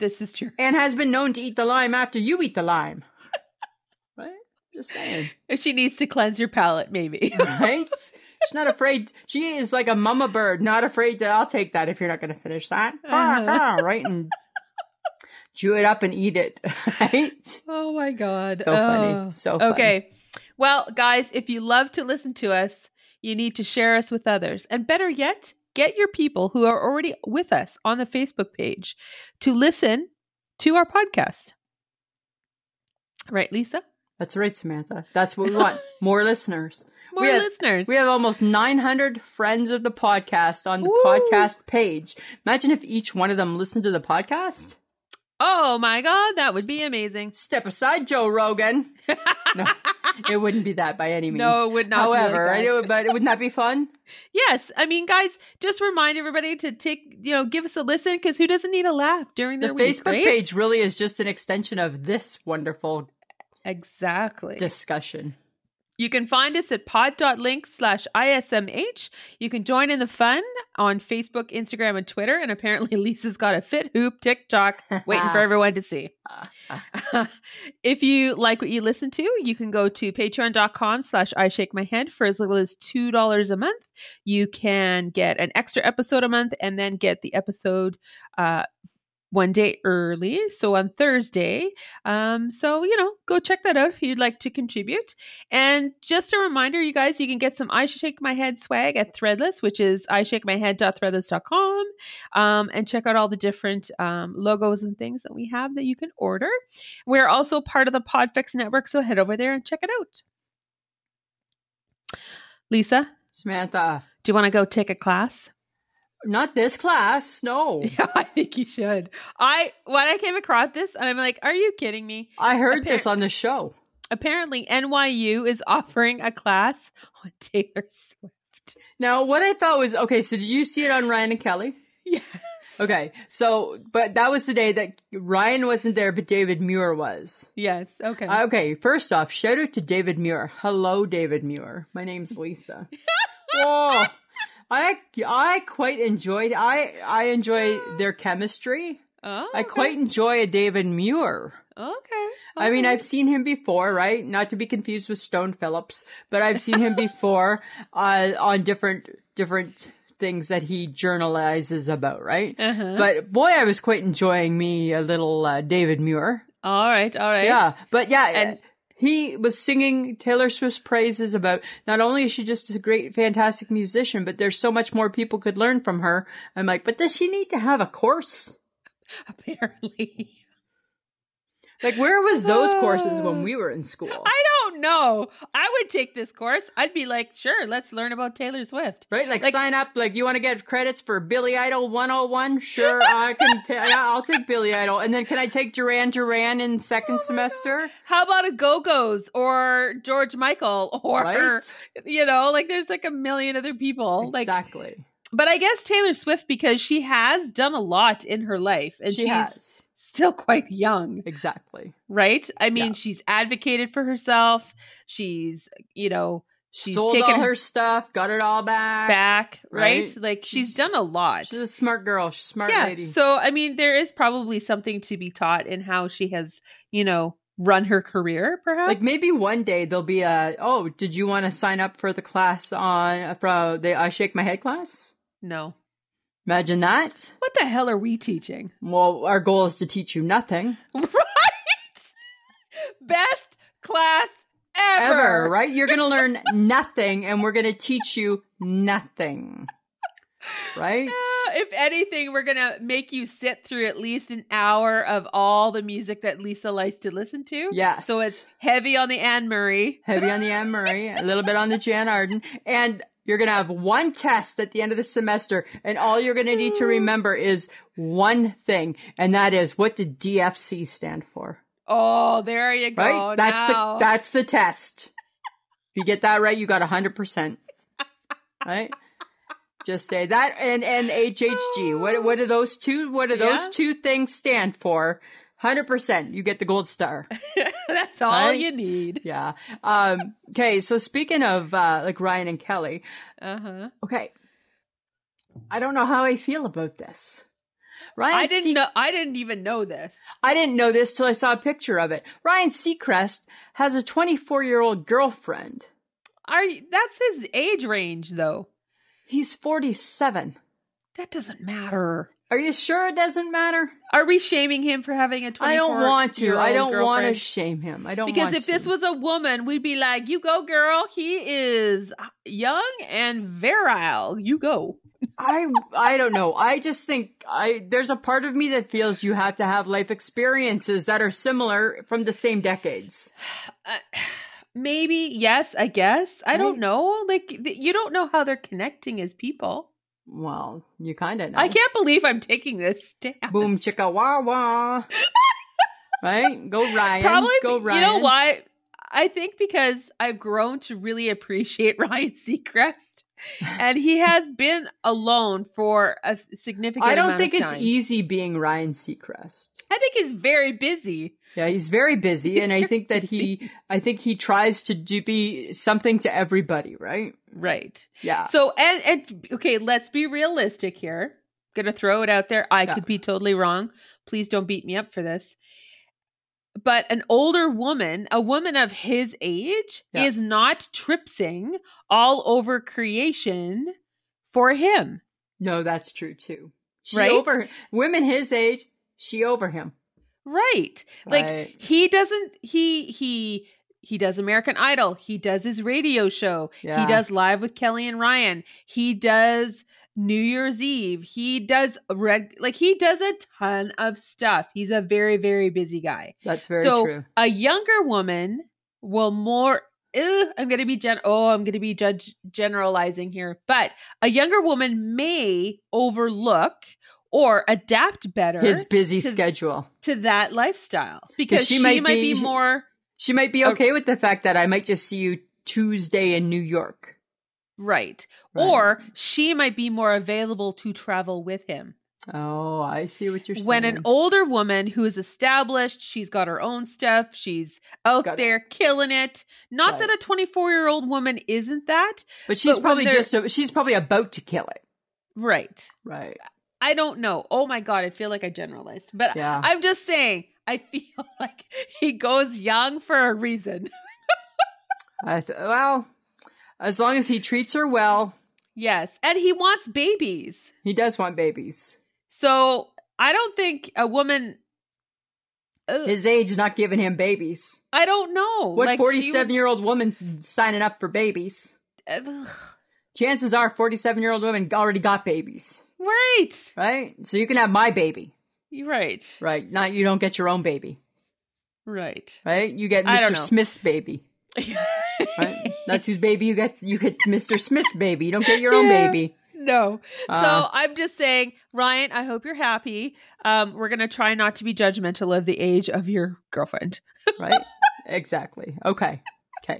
S1: This is true.
S2: and has been known to eat the lime after you eat the lime. right? Just saying.
S1: If she needs to cleanse your palate, maybe.
S2: Right? She's not afraid. She is like a mama bird, not afraid that I'll take that if you're not going to finish that.
S1: Uh-huh.
S2: Right? And chew it up and eat it. Right?
S1: Oh my god.
S2: So funny.
S1: Oh.
S2: So funny.
S1: Okay. Well, guys, if you love to listen to us, you need to share us with others. And better yet, get your people who are already with us on the Facebook page to listen to our podcast. Right, Lisa?
S2: That's right, Samantha. That's what we want. More listeners.
S1: More
S2: We have-
S1: listeners.
S2: We have almost 900 friends of the podcast on the
S1: Woo.
S2: podcast page. Imagine if each one of them listened to the podcast.
S1: oh my god, that would be amazing.
S2: Step aside, Joe Rogan. No, it wouldn't be that by any means.
S1: No, it would not be like
S2: However,
S1: that.
S2: I know, but wouldn't that be fun?
S1: Yes, I mean, guys, just remind everybody to take, you know, give us a listen because who doesn't need a laugh during
S2: The
S1: their week,
S2: Facebook
S1: right?
S2: page really is just an extension of this wonderful
S1: Exactly.
S2: discussion.
S1: You can find us at pod.link slash ISMH. You can join in the fun on Facebook, Instagram, and Twitter. And apparently, Lisa's got a fit hoop TikTok waiting for everyone to see. if you like what you listen to, you can go to patreon.com slash I shake my head for as little as $2 a month. You can get an extra episode a month and then get the episode uh, one day early. So on Thursday. Um, so, you know, go check that out if you'd like to contribute. And just a reminder, you guys, you can get some I Shake My Head swag at Threadless, which is ishakemyhead.threadless.com. Um, and check out all the different um, logos and things that we have that you can order. We're also part of the Podfix Network, so head over there and check it out. Lisa,
S2: Samantha,
S1: do you want to go take a class?
S2: not this class. No.
S1: Yeah, I think you should. I when I came across this, and I'm like, are you kidding me?
S2: I heard this on the show.
S1: Apparently, NYU is offering a class on Taylor Swift. next.
S2: Now, what I thought was okay. So, did you see it on Ryan and Kelly?
S1: Yes.
S2: Okay, so but that was the day that Ryan wasn't there, but David Muir was.
S1: Yes. Okay.
S2: Okay, first off, shout out to David Muir. Hello, David Muir. My name's Lisa. oh, I I quite enjoyed. I I enjoy their chemistry.
S1: oh,
S2: I
S1: okay.
S2: quite enjoy a David Muir.
S1: Okay.
S2: I mean,
S1: okay.
S2: I've seen him before, right? Not to be confused with Stone Phillips, but I've seen him before uh, on different different things that he journalizes about, right?
S1: Uh-huh.
S2: But boy, I was quite enjoying me a little uh, David Muir.
S1: all right. All right.
S2: Yeah, but yeah,
S1: And-
S2: and he was singing Taylor Swift's praises about not only is she just a great, fantastic musician, but there's so much more people could learn from her. I'm like, but does she need to have a course?
S1: Apparently.
S2: Like, where was those
S1: Uh,
S2: courses when we were in school?
S1: I don't know. I would take this course. I'd be like, sure, let's learn about Taylor Swift.
S2: Right, like,
S1: Like-
S2: sign up. Like, you want to get credits for Billy Idol 101? Sure, I can. T- yeah, I'll take Billy Idol, and then can I take Duran Duran in second semester?
S1: How about a Go Go's or George Michael or
S2: Right,
S1: you know, like there's like a million other people. Like,
S2: exactly.
S1: but I guess Taylor Swift because she has done a lot in her life and
S2: she
S1: she's
S2: has
S1: still quite young,
S2: exactly.
S1: right? I mean,
S2: Yeah.
S1: she's advocated for herself. She's you know She's
S2: Sold
S1: taken
S2: all
S1: her-
S2: her stuff, got it all back.
S1: back, right?
S2: Right.
S1: Like she's,
S2: She's-
S1: done a lot.
S2: She's a smart girl. She's a smart
S1: yeah.
S2: lady.
S1: So I mean, there is probably something to be taught in how she has, you know, run her career, perhaps.
S2: like maybe one day there'll be a oh, did you want to sign up for the class on for the I shake my head class?
S1: no.
S2: Imagine that.
S1: What the hell are we teaching?
S2: Well, our goal is to teach you nothing
S1: Right. Best class
S2: ever,
S1: ever.
S2: right? You're going to learn nothing and we're going to teach you nothing. Right?
S1: Uh, if anything, we're gonna make you sit through at least an hour of all the music that Lisa likes to listen to.
S2: Yes.
S1: So it's heavy on the Anne Murray.
S2: heavy on the Anne Murray, a little bit on the Jan Arden, and you're going to have one test at the end of the semester, and all you're going to need to remember is one thing, and that is what did DFC stand for?
S1: Oh, there you go.
S2: Right? that's
S1: now.
S2: the that's the test. If you get that right, you got 100%. Right? Just say that and and HHG. What what do those two what do those
S1: Yeah.
S2: two things stand for? 100%. You get the gold star.
S1: that's all
S2: Right?
S1: you need.
S2: Yeah. Um, okay. So speaking of uh, like Ryan and Kelly,
S1: Uh huh.
S2: okay, I don't know how I feel about this. Ryan,
S1: I didn't
S2: Seac-
S1: know. I didn't even know this.
S2: I didn't know this till I saw a picture of it. Ryan Seacrest has a 24 year old girlfriend.
S1: Are you, that's his age range though?
S2: He's 47.
S1: That doesn't matter.
S2: Are you sure it doesn't matter?
S1: Are we shaming him for having a twenty-four?
S2: I don't want to.
S1: year
S2: I
S1: old
S2: don't want to
S1: girlfriend?
S2: shame him. I don't
S1: because
S2: want
S1: if this
S2: to.
S1: was a woman, we'd be like, "You go, girl. He is uh, young and virile. You go."
S2: I I don't know. I just think I there's a part of me that feels you have to have life experiences that are similar from the same decades.
S1: Uh, maybe yes. I guess I don't
S2: Right.
S1: know. Like th- you don't know how they're connecting as people.
S2: Well, you kind of know.
S1: I can't believe I'm taking this stance.
S2: Boom chicka wah wah. right? Go Ryan.
S1: Probably
S2: go
S1: be-
S2: Ryan.
S1: You know why? I think because I've grown to really appreciate Ryan Seacrest, and he has been alone for a significant.
S2: I don't
S1: amount of
S2: think it's e
S1: time.
S2: easy being Ryan Seacrest.
S1: I think he's very busy.
S2: Yeah, he's very busy,
S1: He's
S2: and I think that he, I think he tries to do, be something to everybody, right?
S1: Right.
S2: Yeah,
S1: So and and okay, let's be realistic here. Gonna throw it out there. I
S2: Yeah.
S1: could be totally wrong. Please don't beat me up for this. But an older woman, a woman of his age,
S2: Yeah.
S1: is not tripsing all over creation for him.
S2: no, that's true too. She
S1: Right?
S2: over women his age. She over him.
S1: Right. Like
S2: Right.
S1: he doesn't he he he does American Idol. He does his radio show. He
S2: Yeah.
S1: does live with Kelly and Ryan. He does New Year's Eve. He does red like he does a ton of stuff. He's a very very busy guy.
S2: That's very
S1: So-
S2: true.
S1: A younger woman will more Ugh, I'm going to be gen oh I'm going to be judge generalizing here, but a younger woman may overlook or adapt better
S2: His busy
S1: to-
S2: schedule.
S1: to that lifestyle because she,
S2: she
S1: might,
S2: might
S1: be,
S2: be-
S1: more
S2: She might be
S1: Uh,
S2: okay with the fact that I might just see you Tuesday in New York.
S1: Right.
S2: Right.
S1: Or she might be more available to travel with him.
S2: Oh, I see what you're saying.
S1: When an older woman who is established, she's got her own stuff, she's out
S2: Got it.
S1: there killing it. Not
S2: Right.
S1: that a 24 year old woman isn't that.
S2: but
S1: but
S2: she's
S1: when
S2: probably
S1: they're-
S2: just a, she's probably about to kill it.
S1: Right.
S2: Right.
S1: I don't know. Oh my God, I feel like I generalized. But
S2: Yeah.
S1: I'm just saying, I feel like he goes young for a reason.
S2: I th- well, as long as he treats her well,
S1: Yes. And he wants babies.
S2: he does want babies.
S1: So I don't think a woman. Ugh,
S2: His age is not giving him babies.
S1: I don't know.
S2: What
S1: Like, she would-
S2: forty-seven-year-old woman's signing up for babies?
S1: Ugh,
S2: Chances are, forty-seven-year-old women already got babies,
S1: Right.
S2: right? So you can have my baby,
S1: You're right.
S2: right? Not you don't get your own baby,
S1: Right.
S2: right? You get
S1: I don't
S2: Mr.
S1: know.
S2: Smith's baby. Right? That's whose baby you get. You get Mr. Smith's baby. You don't get your own
S1: Yeah.
S2: baby.
S1: no.
S2: Uh,
S1: so I'm just saying, Ryan, I hope you're happy. Um, we're going to try not to be judgmental of the age of your girlfriend.
S2: right? Exactly. Okay. Okay.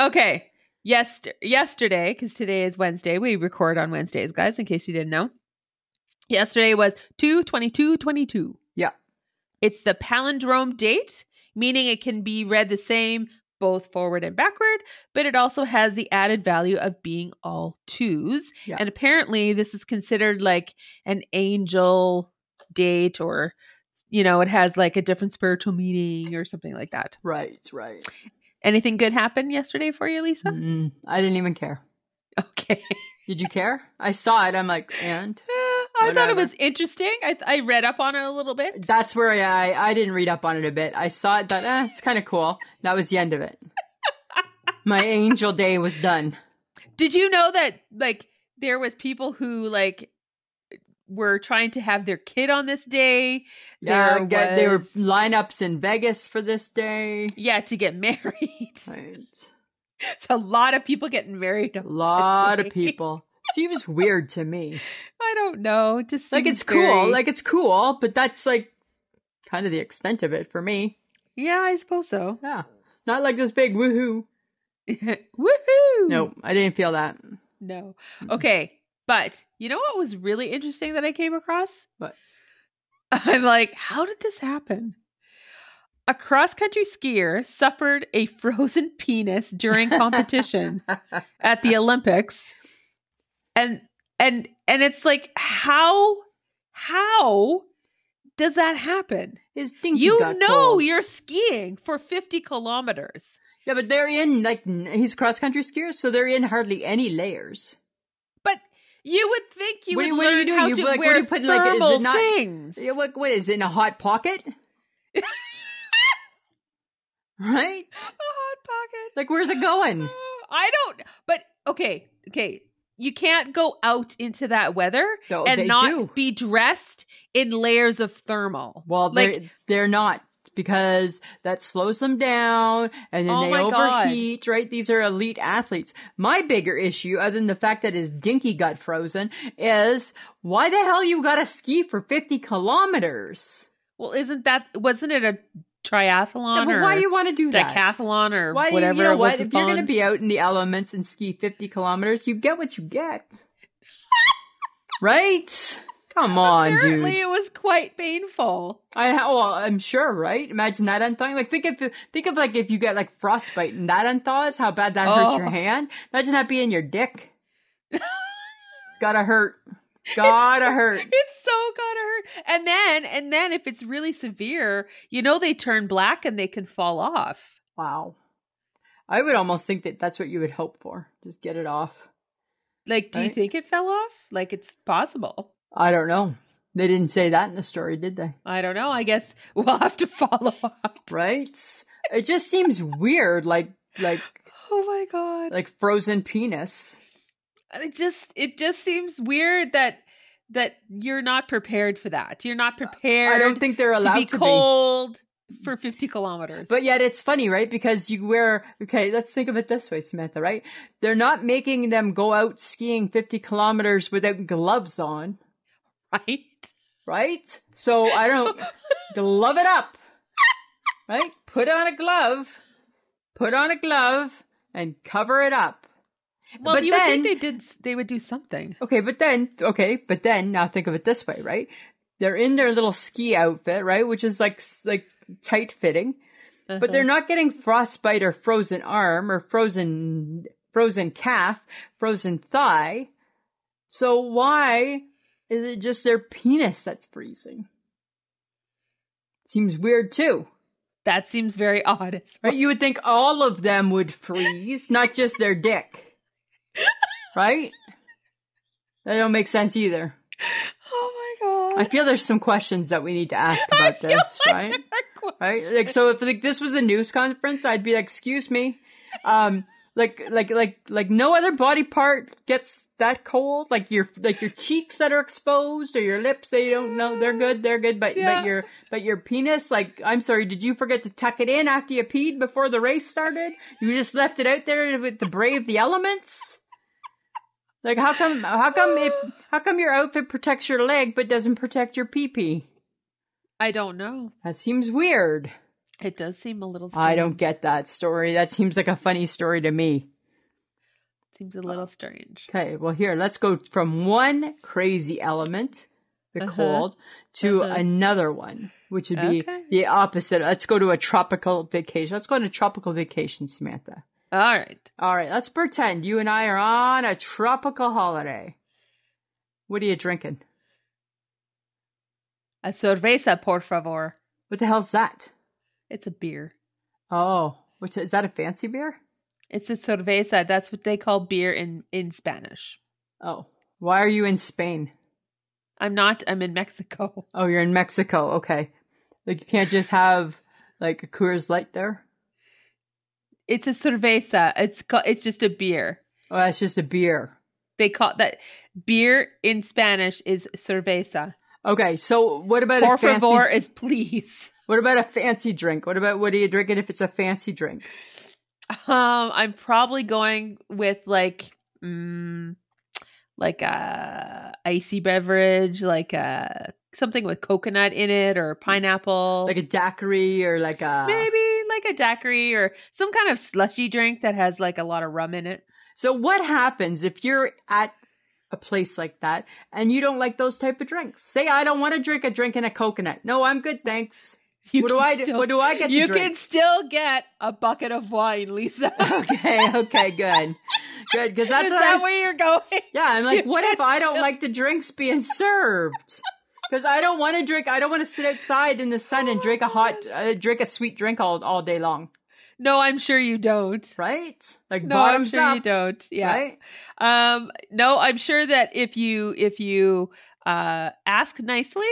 S1: Okay. Yes, yesterday, because today is Wednesday. We record on Wednesdays, guys, in case you didn't know. Yesterday was 2 22 22.
S2: Yeah.
S1: It's the palindrome date, meaning it can be read the same both forward and backward, but it also has the added value of being all twos.
S2: Yeah.
S1: And apparently, this is considered like an angel date or. You know, it has like a different spiritual meaning or something like that.
S2: Right. Right.
S1: Anything good happened yesterday for you, Lisa?
S2: Mm, I didn't even care.
S1: Okay.
S2: Did you care? I saw it. I'm like, and
S1: Uh, I thought it
S2: Whatever.
S1: was interesting. I, th- I read up on it a little bit.
S2: that's where I I didn't read up on it a bit. I saw it. Thought, eh, it's kind of cool. That was the end of it. My angel day was done.
S1: Did you know that like there was people who like were trying to have their kid on this day?
S2: Yeah,
S1: There
S2: get- there were
S1: was-
S2: lineups in Vegas for this day.
S1: Yeah, to get married.
S2: Right.
S1: It's a lot of people getting married.
S2: A lot
S1: day.
S2: of people. Seems weird to me.
S1: I don't know. It Just
S2: Like
S1: seems
S2: it's
S1: very-
S2: cool. Like it's cool, but that's like kind of the extent of it for me.
S1: yeah, I suppose so.
S2: Yeah. Not like this big woohoo.
S1: Woohoo!
S2: Nope, I didn't feel that.
S1: no.
S2: Mm-mm.
S1: Okay, but you know what was really interesting that I came across?
S2: What?
S1: I'm like, how did this happen? A cross country skier suffered a frozen penis during competition at the Olympics. And and and it's like how how does that happen?
S2: His dinky
S1: you
S2: got
S1: know
S2: cold.
S1: you're skiing for 50 kilometers.
S2: Yeah, but they're in like n- he's cross country skier, so they're in hardly any layers.
S1: But you would think you
S2: What do
S1: would
S2: you- what do you
S1: learn
S2: do?
S1: how
S2: You
S1: to
S2: put, like, what do
S1: wear
S2: you put, like, is it
S1: thermal
S2: not-
S1: things.
S2: Yeah, What what is it, in a hot pocket? right?
S1: a hot pocket.
S2: Like where's it going?
S1: Uh, I don't. But okay, okay. You can't go out into that weather
S2: So
S1: and
S2: Oh, they
S1: not
S2: do.
S1: be dressed in layers of thermal.
S2: Well,
S1: Like-
S2: they're, they're not because that slows them down and then
S1: Oh
S2: they
S1: my God.
S2: overheat, right? These are elite athletes. My bigger issue, other than the fact that his dinky got frozen, is why the hell you gotta ski for 50 kilometers?
S1: Well, isn't that wasn't it a triathlon
S2: Yeah, but why
S1: or
S2: do you wanna do that?
S1: decathlon or
S2: Why do you,
S1: whatever?
S2: you know
S1: it was
S2: what?
S1: in
S2: If you're gonna
S1: Bonn?
S2: be out in the elements and ski 50 kilometers, you get what you get. right? Come on, dude.
S1: apparently it was quite painful.
S2: I ha- well, I'm sure, right? Imagine that unthawing. Like think if think of like if you get like frostbite and that unthaws, how bad that hurts your
S1: Oh.
S2: hand. Imagine that being your dick. it's gotta hurt. Gotta hurt.
S1: It's so gotta hurt. And then and then if it's really severe, you know they turn black and they can fall off.
S2: Wow. I would almost think that that's what you would hope for. Just get it off.
S1: Like, do you
S2: Right.
S1: think it fell off? Like it's possible.
S2: I don't know. They didn't say that in the story, did they?
S1: I don't know. I guess we'll have to follow up.
S2: Right? It just seems weird, like like
S1: Oh my god.
S2: like frozen penis.
S1: Uh, It just it just seems weird that that you're not prepared for that. You're not prepared
S2: Uh, I don't think they're
S1: to
S2: allowed Mm.
S1: be cold for 50 kilometers.
S2: But yet it's funny, right? Because you wear, okay, let's think of it this way, Samantha, right? They're not making them go out skiing 50 kilometers without gloves on,
S1: right?
S2: right? So I don't, glove it up, right? Put on a glove, put on a glove and cover it up.
S1: Well,
S2: but
S1: you
S2: then,
S1: would think they did. They would do something.
S2: okay, but then, okay, but then now think of it this way, right? They're in their little ski outfit, right? Which is like, like tight fitting,
S1: Uh-huh.
S2: but they're not getting frostbite or frozen arm or frozen, frozen calf, frozen thigh. So why is it just their penis that's freezing? Seems weird too.
S1: Uh-huh. That seems very odd. as well.
S2: Right? You would think all of them would freeze, not just their dick. Right? That don't make sense either.
S1: Oh my
S2: I
S1: god!
S2: feel there's some questions that we need to ask about this, right? Right? Like so if like this was a news conference, I'd be like, "Excuse me. Um like like like like no other body part gets that cold, like your like your cheeks that are exposed or your lips that you don't know they're good, they're good, but
S1: Yeah.
S2: but your but your penis, like I'm sorry, did you forget to tuck it in after you peed before the race started? You just left it out there with the brave the elements? Like how come how come it how come your outfit protects your leg but doesn't protect your pee pee?
S1: I don't know.
S2: That seems weird.
S1: It does seem a little. Strange.
S2: I don't get that story. That seems like a funny story to me.
S1: Seems a
S2: Oh.
S1: little strange.
S2: Okay, well here, let's go from one crazy element, the
S1: Uh-huh.
S2: cold, to
S1: Uh-huh.
S2: another one, which would be
S1: Okay.
S2: the opposite. Let's go to a tropical vacation. Let's go on a tropical vacation, Samantha.
S1: All right.
S2: All right, let's pretend you and I are on a tropical holiday. What are you drinking?
S1: A cerveza, por favor.
S2: What the hell's that?
S1: It's a beer.
S2: Oh, what is that a fancy beer?
S1: It's a cerveza. That's what they call beer in in Spanish.
S2: Oh, why are you in Spain?
S1: I'm not. I'm in Mexico.
S2: Oh, you're in Mexico. Okay. Like you can't just have like a Coors Light there.
S1: It's a cerveza. It's ca- it's just a beer.
S2: Oh, that's just a beer.
S1: They call that beer in Spanish is cerveza.
S2: Okay, so what about
S1: Por
S2: a fancy?
S1: favor is please.
S2: What about a fancy drink? What about what are you drinking if it's a fancy drink?
S1: Um, I'm probably going with like mm, like a icy beverage, like a something with coconut in it or pineapple,
S2: Mm, Like a daiquiri or like a
S1: maybe like a daiquiri or some kind of slushy drink that has like a lot of rum in it.
S2: So what happens if you're at a place like that and you don't like those type of drinks? Say I don't want to drink a drink in a coconut. No, I'm good, thanks.
S1: You
S2: what do
S1: can
S2: I do?
S1: still-
S2: What do I get to
S1: you
S2: drink?
S1: can still get a bucket of wine, Lisa.
S2: Okay, okay, good. Good because that's
S1: Is
S2: what I
S1: that
S2: was-
S1: where you're going?
S2: Yeah, I'm like,
S1: You
S2: what if
S1: can't
S2: I don't
S1: still-
S2: like the drinks being served? Because I don't want to drink. I don't want to sit outside in the sun and
S1: Oh
S2: drink a
S1: my
S2: hot, uh, drink a sweet drink all all day long,
S1: No, I'm sure you don't.
S2: right? Like
S1: No, I'm
S2: bottoms
S1: sure
S2: up,
S1: you don't. Yeah.
S2: right?
S1: Um, no, I'm sure that if you if you uh, ask nicely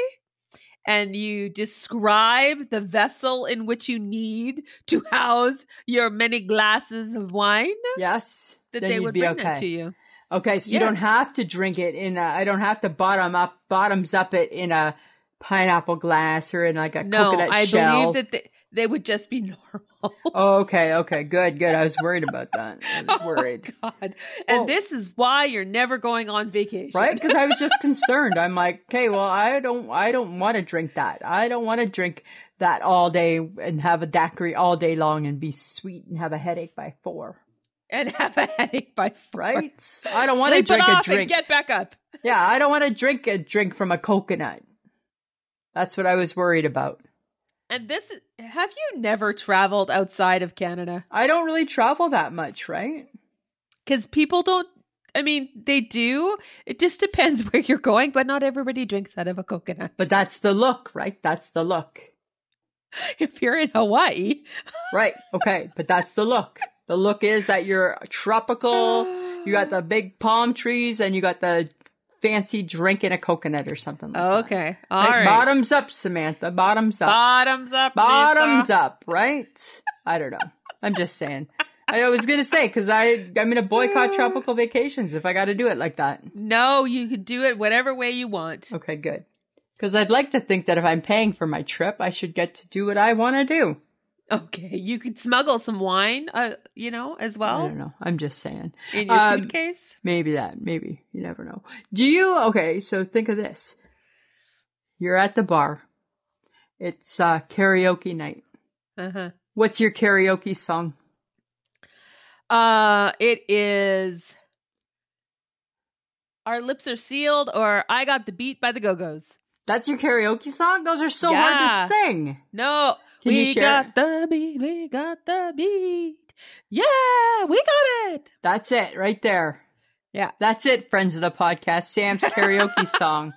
S1: and you describe the vessel in which you need to house your many glasses of wine,
S2: Yes.
S1: that
S2: then
S1: they
S2: you'd
S1: would
S2: be
S1: bring
S2: okay.
S1: that to you.
S2: Okay, so you don't
S1: Yes.
S2: have to drink it in. A, I don't have to bottom up, bottoms up it in a pineapple glass or in like a
S1: No,
S2: coconut
S1: I
S2: shell.
S1: believe that they, they would just be normal.
S2: Oh, okay, okay, good, good. I was worried about that. I was worried.
S1: Oh, God.
S2: Well-
S1: And this is why you're never going on vacation.
S2: right because i was just concerned i'm like okay well i don't i don't want to drink that i don't want to drink that all day and have a daiquiri all day long and be sweet and have a headache by four
S1: And have a headache by four.
S2: right i don't want to
S1: Sleep it
S2: drink a
S1: off and
S2: drink
S1: get back up.
S2: yeah i don't want to drink a drink from a coconut that's what i was worried about
S1: And this is- have you never traveled outside of Canada?
S2: i don't really travel that much right
S1: Because people don't. I mean, they do. It just depends where you're going, but not everybody drinks out of a coconut.
S2: but that's the look right that's the look
S1: if you're in Hawaii,
S2: right okay but that's the look the look is that you're tropical You got the big palm trees and you got the fancy drink in a coconut or something like that.
S1: Oh, okay, all
S2: Like,
S1: right.
S2: Bottoms up, Samantha. Bottoms up.
S1: bottoms up,
S2: bottoms up, right? I don't know. I'm just saying. I was gonna say because I I'm gonna boycott tropical vacations if I got to do it like that.
S1: No, you could do it whatever way you want.
S2: Okay, good. Because I'd like to think that if I'm paying for my trip, I should get to do what I want to do.
S1: Okay, you could smuggle some wine, uh, you know, as
S2: I
S1: well
S2: don't know. I'm just saying.
S1: in your
S2: Um,
S1: suitcase.
S2: Maybe that. Maybe you never know. Do you? Okay, so think of this. You're at the bar. It's uh, karaoke night.
S1: Uh-huh.
S2: What's your karaoke song?
S1: Uh, it is Our lips are sealed, or I got the beat by the Go Go's.
S2: That's your karaoke song? Those are so
S1: Yeah.
S2: hard to sing.
S1: No,
S2: Can you
S1: we
S2: share
S1: got the beat. We got the beat. Yeah, we got it.
S2: That's it right there.
S1: Yeah.
S2: That's it, friends of the podcast. Sam's karaoke song.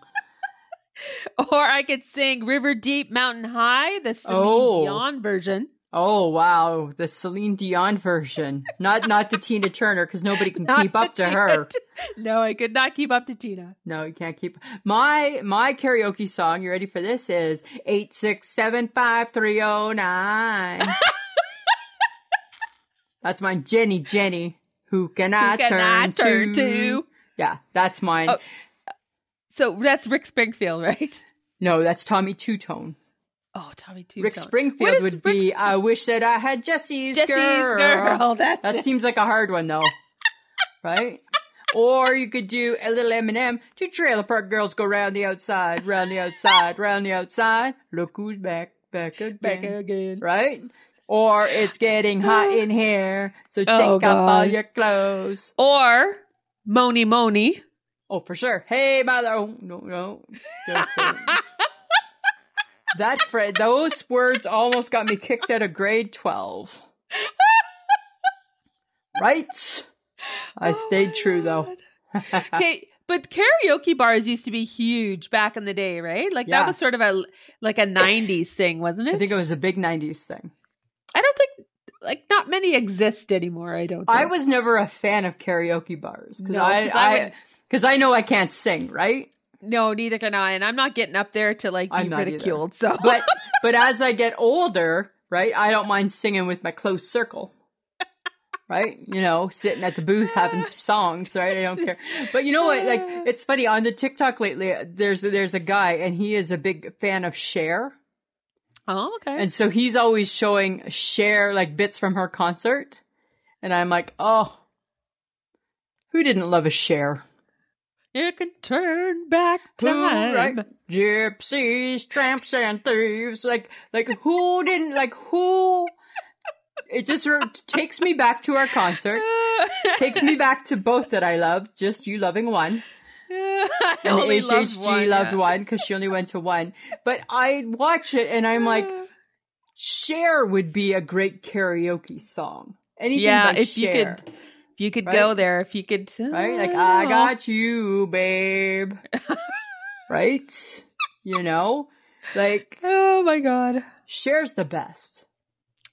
S1: Or I could sing River Deep, Mountain High, the Celine
S2: Oh.
S1: Dion version.
S2: Oh wow, the Celine Dion version. Not not the Tina Turner because nobody can
S1: Not
S2: keep up
S1: the
S2: to her.
S1: Tina- No, I could not keep up to Tina.
S2: No, you can't keep. My my karaoke song. You ready for this? Is eight six seven five three zero nine. That's my Jenny Jenny. Who can I,
S1: Who can
S2: turn,
S1: I turn
S2: to?
S1: to?
S2: Yeah, that's mine.
S1: Oh. So that's Rick Springfield, right?
S2: No, that's Tommy Two Tone.
S1: Oh, Tommy Two.
S2: Rick Springfield would be. I wish that I had Jesse's,
S1: Jesse's girl. That's
S2: That
S1: it.
S2: seems like a hard one though, right? Or you could do a little Eminem. Two trailer park girls go round the outside, round the outside, round the outside. Look who's back, back again,
S1: back again.
S2: right? Or it's getting hot in here, so take
S1: Oh,
S2: off all
S1: God.
S2: your clothes.
S1: Or Moni Moni.
S2: Oh, for sure. Hey, mother. Oh, no, no. Don't say it. that Fred. Those words almost got me kicked out of grade twelve. Right. I
S1: Oh my
S2: stayed true though.
S1: God. okay but karaoke bars used to be huge back in the day right like
S2: Yeah.
S1: that was sort of a like a 90s thing wasn't it
S2: I think it was a big 90s thing.
S1: I don't think like not many exist anymore i don't
S2: I
S1: think.
S2: was never a fan of karaoke bars because
S1: No,
S2: I,
S1: 'cause I
S2: I,
S1: would-
S2: because I know I can't sing, right?
S1: no neither can i and i'm not getting up there to like be
S2: I'm not either.
S1: ridiculed so
S2: But but as I get older, right, I don't mind singing with my close circle. Right? You know, sitting at the booth having some songs, right? I don't care. But you know what? Like it's funny on the TikTok lately, there's there's a guy and he is a big fan of Cher.
S1: oh okay
S2: And so he's always showing share like bits from her concert. And I'm like, oh, who didn't love a share?
S1: you can turn back time
S2: right? Gypsies, tramps, and thieves. Like, like who didn't, like who? It just re- takes me back to our concert. Takes me back to both that I love, just you loving one.
S1: I
S2: And
S1: only
S2: HHG
S1: loved one,
S2: loved
S1: yeah.
S2: one because she only went to one. But I watch it and I'm like, Share would be a great karaoke song. Anything
S1: yeah
S2: by
S1: if you
S2: Cher,
S1: could if you could go
S2: right?
S1: there if you could
S2: right? Like
S1: don't
S2: I
S1: know.
S2: got you, babe. right? You know, like
S1: oh my god
S2: Cher's the best.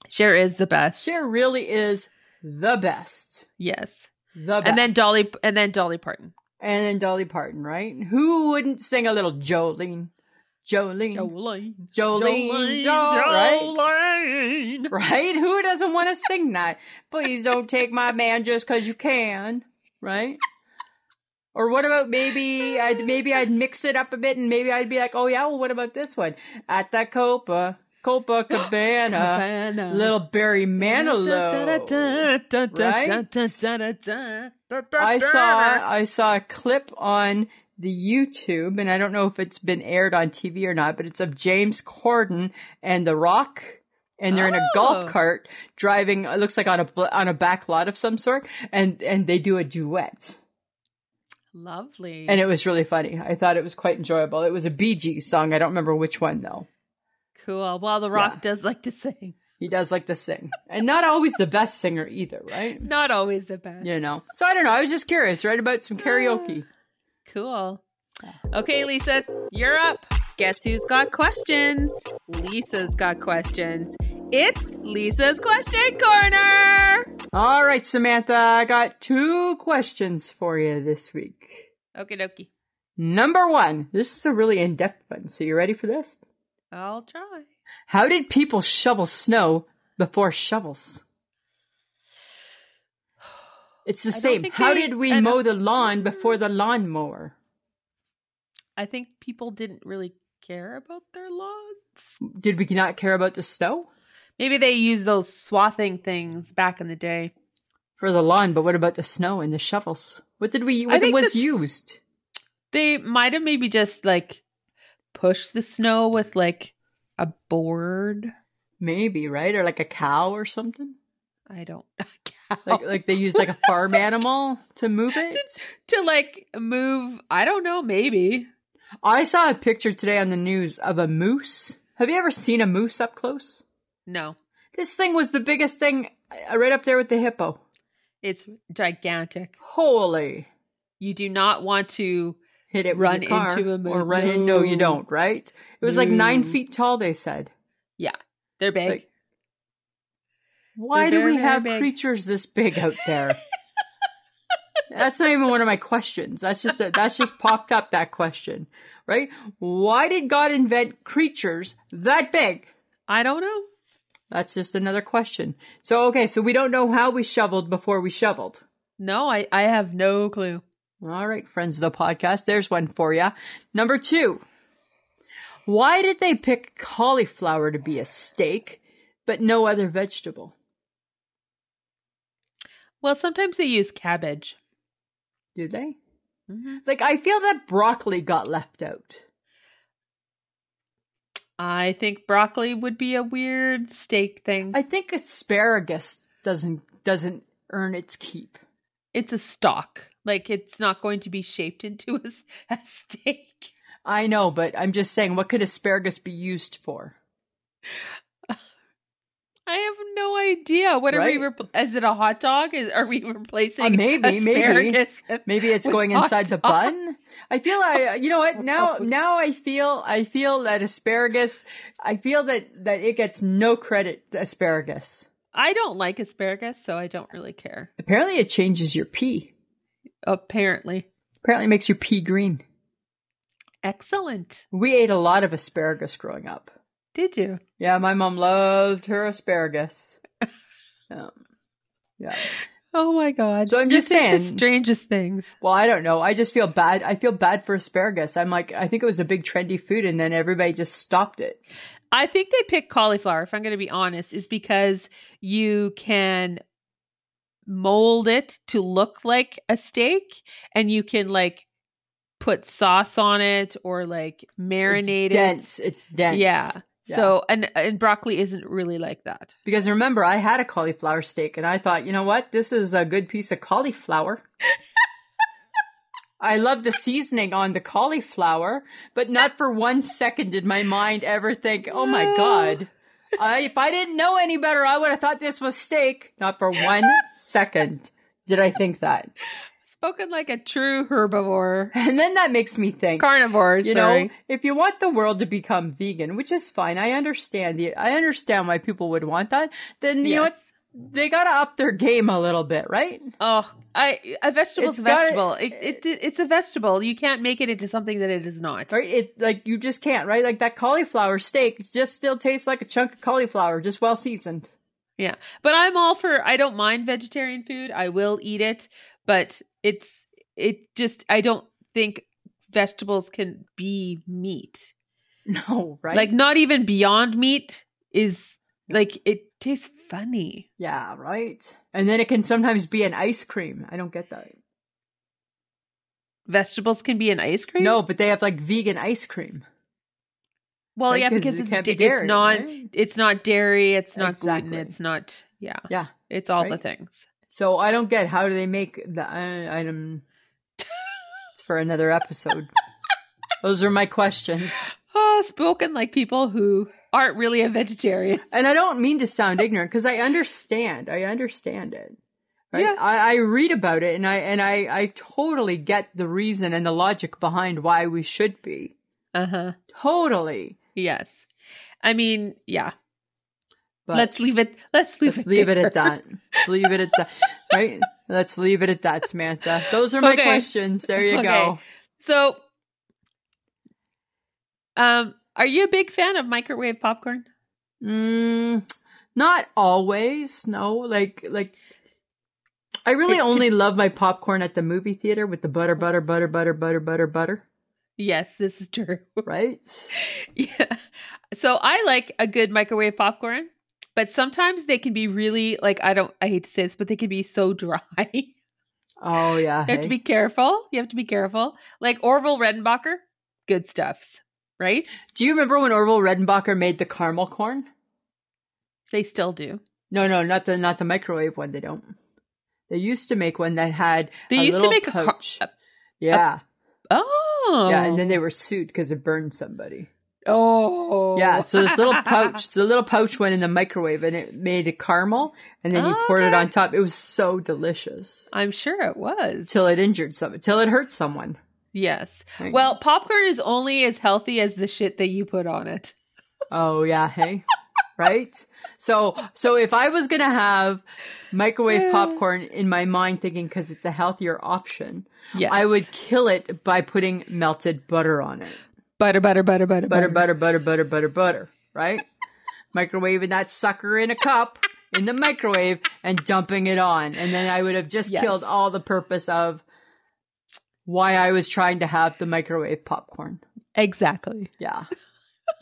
S1: Cher is the best.
S2: Cher really is the best.
S1: Yes.
S2: The best.
S1: And then Dolly and then Dolly Parton.
S2: and then Dolly Parton, right? Who wouldn't sing a little Jolene? Jolene,
S1: Jolene.
S2: Mm-hmm. Jolene,
S1: Jolene.
S2: Jo- right?
S1: Jolene.
S2: right? Who doesn't want to sing that? Please don't take my man just 'cause you can, right? Or what about maybe I'd maybe I'd mix it up a bit and maybe I'd be like, oh yeah, well what about this one at the Copa Copa Cabana,
S1: Cabana.
S2: little Barry Manilow. right? I saw I saw a clip on the YouTube and I don't know if it's been aired on TV or not, but it's of James Corden and The Rock and they're in a golf
S1: Oh.
S2: cart driving it looks like on a bl- on a back lot of some sort and and they do a duet.
S1: Lovely.
S2: And it was really funny. I thought it was quite enjoyable. It was a Bee Gees song. I don't remember which one though.
S1: cool. Well, The Rock
S2: Yeah.
S1: does like to sing.
S2: He does like to sing. And not always the best singer either, right?
S1: Not always the best.
S2: You know. So I don't know. I was just curious, right about some karaoke.
S1: Cool. Okay, Lisa, you're up. Guess who's got questions? Lisa's got questions. It's Lisa's question corner.
S2: All right, Samantha, I got two questions for you this week.
S1: Okie dokie.
S2: Number one, this is a really in depth one, so you ready for this?
S1: I'll try.
S2: How did people shovel snow before shovels? It's the
S1: don't
S2: same.
S1: think
S2: How
S1: they-
S2: did we
S1: I don't-
S2: mow the lawn before the lawnmower?
S1: I think people didn't really care about their lawns.
S2: Did we not care about the snow?
S1: Maybe they used those swathing things back in the day.
S2: For the lawn, but what about the snow and the shovels? What did we, what
S1: think
S2: was
S1: this-
S2: used?
S1: They might have maybe just like pushed the snow with like a board.
S2: Maybe, right? Or like a cow or something?
S1: I don't.
S2: Like like they used like a farm animal to move it.
S1: to like move. I don't know. Maybe
S2: I saw a picture today on the news of a moose. Have you ever seen a moose up close?
S1: no.
S2: This thing was the biggest thing uh, right up there with the hippo.
S1: It's gigantic.
S2: Holy.
S1: You do not want to.
S2: Hit it
S1: Run
S2: with your car,
S1: into a moose.
S2: Or run in. No, you
S1: No.
S2: don't, right? It was like nine
S1: No.
S2: feet tall, they said.
S1: They're big.
S2: Like- Why
S1: They're
S2: do we
S1: very, very
S2: have
S1: big.
S2: creatures this big out there? that's not even one of my questions. That's just a, that's just popped up that question, right? Why did God invent creatures that big?
S1: I don't know.
S2: That's just another question. So okay, so we don't know how we shoveled before we shoveled.
S1: No, I I have no clue.
S2: All right, friends of the podcast, there's one for you. Number two. Why did they pick cauliflower to be a steak, but no other vegetable?
S1: Well, sometimes they use cabbage.
S2: Do they?
S1: Mhm.
S2: Like, I feel that broccoli got left out.
S1: I think broccoli would be a weird steak thing.
S2: I think asparagus doesn't doesn't earn its keep.
S1: it's a stock. Like it's not going to be shaped into a, s- a steak.
S2: I know, but I'm just saying, what could asparagus be used for?
S1: I have no idea. What are we?
S2: Right?
S1: Repl- is it a hot dog? Is are we replacing
S2: maybe, maybe.
S1: asparagus with-
S2: Maybe it's
S1: with
S2: going
S1: hot
S2: inside the bun.
S1: dogs?
S2: I feel I, uh, you know what? Now,
S1: Gross.
S2: now I feel, I feel that asparagus. I feel that that it gets no credit. the Asparagus.
S1: I don't like asparagus, so I don't really care.
S2: Apparently, it changes your pee.
S1: Apparently,
S2: Apparently, it makes your pee green.
S1: excellent.
S2: We ate a lot of asparagus growing up.
S1: Did you?
S2: Yeah, my mom loved her asparagus. Um, yeah.
S1: Oh my god!
S2: So I'm
S1: You
S2: just
S1: think the
S2: saying-
S1: strangest things.
S2: Well, I don't know. I just feel bad. I feel bad for asparagus. I'm like, I think it was a big trendy food, and then everybody just stopped it.
S1: I think they picked cauliflower. If I'm going to be honest, is because you can mold it to look like a steak, and you can like put sauce on it or like marinate
S2: It's dense. It's
S1: it.
S2: dense.
S1: Yeah.
S2: Yeah.
S1: So and and broccoli isn't really like that.
S2: Because remember, I had a cauliflower steak, and I thought, you know what? This is a good piece of cauliflower. I love the seasoning on the cauliflower, but not for one second did my mind ever think, oh my
S1: No.
S2: God. I, if I didn't know any better, I would have thought this was steak. Not for one second did I think that.
S1: Spoken like a true herbivore,
S2: And then that makes me think.
S1: carnivore.
S2: you
S1: sorry.
S2: know if you want the world to become vegan which is fine i understand the i understand why people would want that then you know what
S1: Yes.
S2: they gotta up their game a little bit right
S1: Oh, I a vegetable's
S2: It's
S1: a
S2: gotta-
S1: vegetable. it, it it's a vegetable. You can't make it into something that it is not.
S2: right it like you just can't right like that cauliflower steak just still tastes like a chunk of cauliflower just well seasoned
S1: Yeah. But I'm all for I don't mind vegetarian food. I will eat it, but it's it just I don't think vegetables can be meat.
S2: no right
S1: Like not even beyond meat is like it tastes funny.
S2: yeah right and then it can sometimes be an ice cream i don't get that
S1: Vegetables can be in ice cream?
S2: no but they have like vegan ice cream
S1: Well,
S2: right?
S1: yeah, because
S2: it
S1: it's
S2: can't
S1: di-
S2: be dairy,
S1: it's not
S2: right?
S1: it's not dairy, it's not
S2: Exactly.
S1: gluten, it's not yeah.
S2: Yeah,
S1: It's all the
S2: right?
S1: things.
S2: So I don't get how do they make the uh, item. It's for another episode. Those are my questions,
S1: Oh, spoken like people who aren't really a vegetarian.
S2: and I don't mean to sound ignorant because I understand. I understand it. Right?
S1: Yeah.
S2: I, I read about it, and I and I I totally get the reason and the logic behind why we should be
S1: Uh-huh.
S2: totally.
S1: Yes. I mean, yeah.
S2: But
S1: let's leave it. Let's leave,
S2: let's
S1: it,
S2: leave it at
S1: there.
S2: that. Let's leave it at that. Right? Let's leave it at that, Samantha. Those are my
S1: Okay.
S2: questions. There you
S1: Okay.
S2: go.
S1: So, um, are you a big fan of microwave popcorn?
S2: Mm, not always. No, like like I really
S1: It can-
S2: only love my popcorn at the movie theater with the butter, butter, butter, butter, butter, butter, butter.
S1: Yes, this is true.
S2: Right?
S1: yeah. So I like a good microwave popcorn, but sometimes they can be really like I don't. I hate to say this, but they can be so dry. you
S2: Oh yeah.
S1: have to
S2: hey.
S1: be careful. You have to be careful. Like Orville Redenbacher, good stuffs, right?
S2: Do you remember when Orville Redenbacher made the caramel corn?
S1: They still do.
S2: No, no, not the not the microwave one. They don't. They used to make one that had
S1: They
S2: a
S1: used to
S2: little
S1: make a car-
S2: pouch. yeah,
S1: Oh.
S2: yeah, and then they were sued because it burned somebody.
S1: Oh.
S2: Yeah, so this little pouch, the little pouch went in the microwave and it made a caramel, and then you poured it
S1: Okay.
S2: on top. It was so delicious
S1: I'm sure it was.
S2: till it injured someone, till it hurt someone.
S1: Yes.
S2: Right.
S1: Well, popcorn is only as healthy as the shit that you put on it.
S2: Oh yeah, hey, right. So so if I was gonna have microwave
S1: Yeah.
S2: popcorn in my mind, thinking because it's a healthier option,
S1: Yes.
S2: I would kill it by putting melted butter on it.
S1: butter, butter, butter, butter,
S2: Butter, butter, butter, butter, butter, butter. Right. Microwaving that sucker in a cup in the microwave and dumping it on, and then I would have just
S1: Yes.
S2: killed all the purpose of why I was trying to have the microwave popcorn.
S1: Exactly.
S2: Yeah.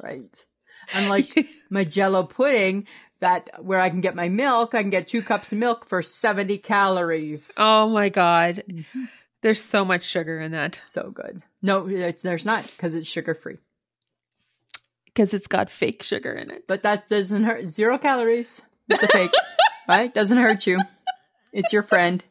S2: Right. Unlike my jello pudding that where I can get my milk, I can get two cups of milk for 70 calories.
S1: oh my god. There's so much sugar in that
S2: So good. No, it's, there's not because it's sugar free.
S1: because it's got fake sugar in it.
S2: But that doesn't hurt. Zero calories. It's a fake. right? Doesn't hurt you. It's your friend.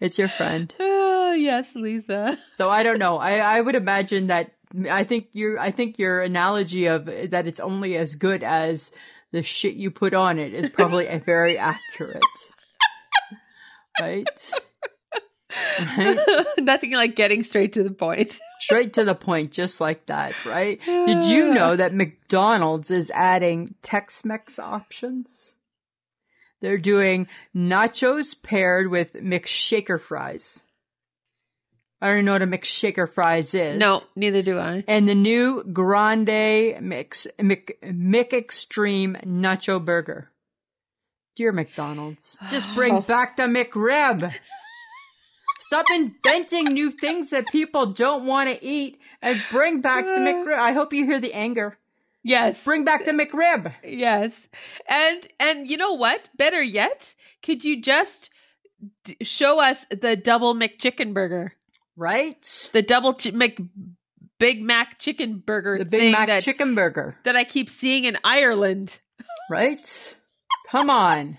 S2: It's your friend.
S1: Oh, yes, Lisa.
S2: So I don't know. I, I would imagine that I think your I think your analogy of that it's only as good as the shit you put on it is probably a very accurate. Right? Right?
S1: Nothing like getting straight to the point.
S2: Straight to the point, just like that, right? Did you know that McDonald's is adding Tex Mex options? They're doing nachos paired with McShaker fries. I don't even know what a McShaker fries is.
S1: No, neither do I.
S2: and the new Grande Mix Mc, Mc Extreme Nacho Burger. Dear McDonald's, just bring back the McRib. Stop inventing new things that people don't want to eat and bring back the McRib. I hope you hear the anger.
S1: Yes.
S2: Bring back the McRib.
S1: Yes. And and you know what? Better yet, could you just d- show us the double McChicken burger?
S2: Right?
S1: The double ch- Mc Big Mac chicken burger
S2: The Big
S1: thing
S2: Mac
S1: that
S2: Chicken Burger.
S1: that I keep seeing in Ireland.
S2: Right? Come on.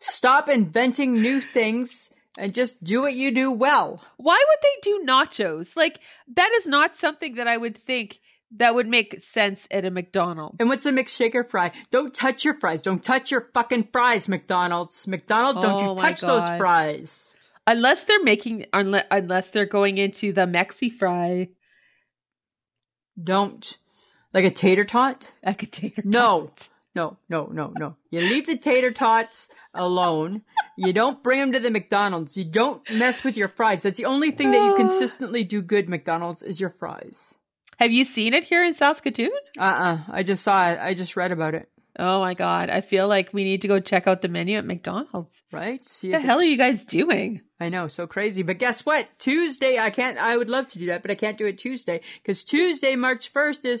S2: Stop inventing new things and just do what you do well.
S1: Why would they do nachos? Like that is not something that I would think that would make sense at a McDonald's.
S2: And what's a McShaker fry? Don't touch your fries. Don't touch your fucking fries, McDonald's. McDonald's, don't
S1: Oh
S2: you
S1: my
S2: touch
S1: God.
S2: those fries.
S1: unless they're making unless, unless they're going into the Mexi fry
S2: Don't. Like a tater tot?
S1: a container.
S2: No. No, no, no, no. You leave the tater tots alone. You don't bring them to the McDonald's. You don't mess with your fries. That's the only thing that you
S1: Ah.
S2: consistently do good, McDonald's, is your fries.
S1: Have you seen it here in Saskatoon?
S2: Uh-uh. I just saw it. I just read about it.
S1: Oh my god, I feel like we need to go check out the menu at McDonald's.
S2: Right? See
S1: What
S2: if
S1: the
S2: it-
S1: hell are you guys doing?
S2: I know, so crazy. But guess what? Tuesday, I can't, I would love to do that, but I can't do it Tuesday because Tuesday, March 1st is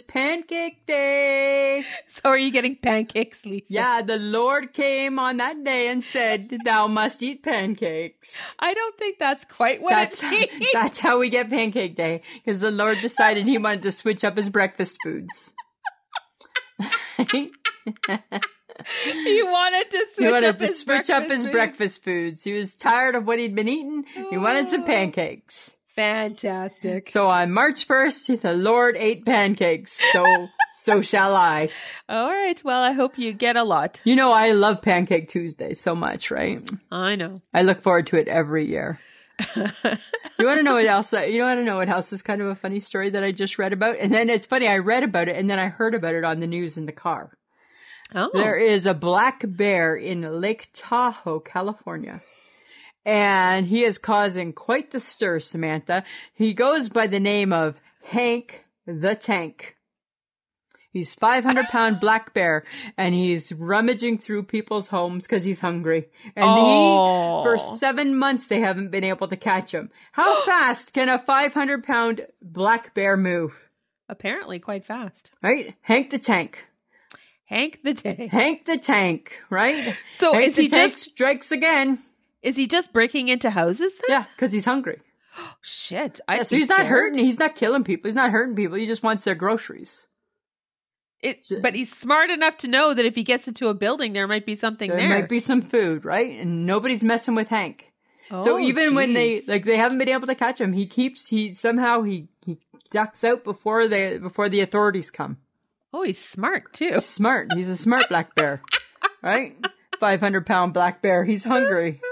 S2: Pancake Day.
S1: So are you getting pancakes, Lisa?
S2: Yeah, the Lord came on that day and said, Thou must eat pancakes.
S1: I don't think that's quite what
S2: That's,
S1: it means.
S2: that's how we get Pancake Day because the Lord decided he wanted to switch up his breakfast foods.
S1: he wanted to switch
S2: he wanted
S1: up
S2: to
S1: his
S2: switch up his
S1: food.
S2: breakfast foods. He was tired of what he'd been eating. He wanted some
S1: Oh.
S2: pancakes.
S1: Fantastic.
S2: So on March 1st, the Lord ate pancakes. So, so shall I.
S1: All right. Well, I hope you get a lot.
S2: You know, I love Pancake Tuesday so much, right?
S1: I know.
S2: I look forward to it every year. You want to know what else? You want to know what else is kind of a funny story that I just read about? And then it's funny, I read about it and then I heard about it on the news in the car.
S1: oh.
S2: There is a black bear in Lake Tahoe, California. And he is causing quite the stir, Samantha. He goes by the name of Hank the Tank. He's 500 pound black bear and he's rummaging through people's homes because he's hungry. And
S1: Oh.
S2: he, for seven months, they haven't been able to catch him. How fast can a 500 pound black bear move?
S1: Apparently, quite fast.
S2: Right? Hank the Tank.
S1: Hank the Tank.
S2: Hank the Tank, right?
S1: So
S2: Hank
S1: is
S2: the
S1: he
S2: Tank
S1: just
S2: strikes again?
S1: is he just breaking into houses? Then?
S2: Yeah, because he's hungry.
S1: Shit. I
S2: Yeah, so he's not hurting. He's not killing people. He's not hurting people. He just wants their groceries.
S1: It, but he's smart enough to know that if he gets into a building, there might be something
S2: There
S1: there.
S2: might be some food, right? And nobody's messing with Hank. so
S1: Oh,
S2: even when they
S1: jeez.
S2: like they haven't been able to catch him, he keeps he somehow he he ducks out before they before the authorities come.
S1: Oh, he's smart too.
S2: Smart. He's a smart black bear, right? Five hundred pound black bear. He's hungry.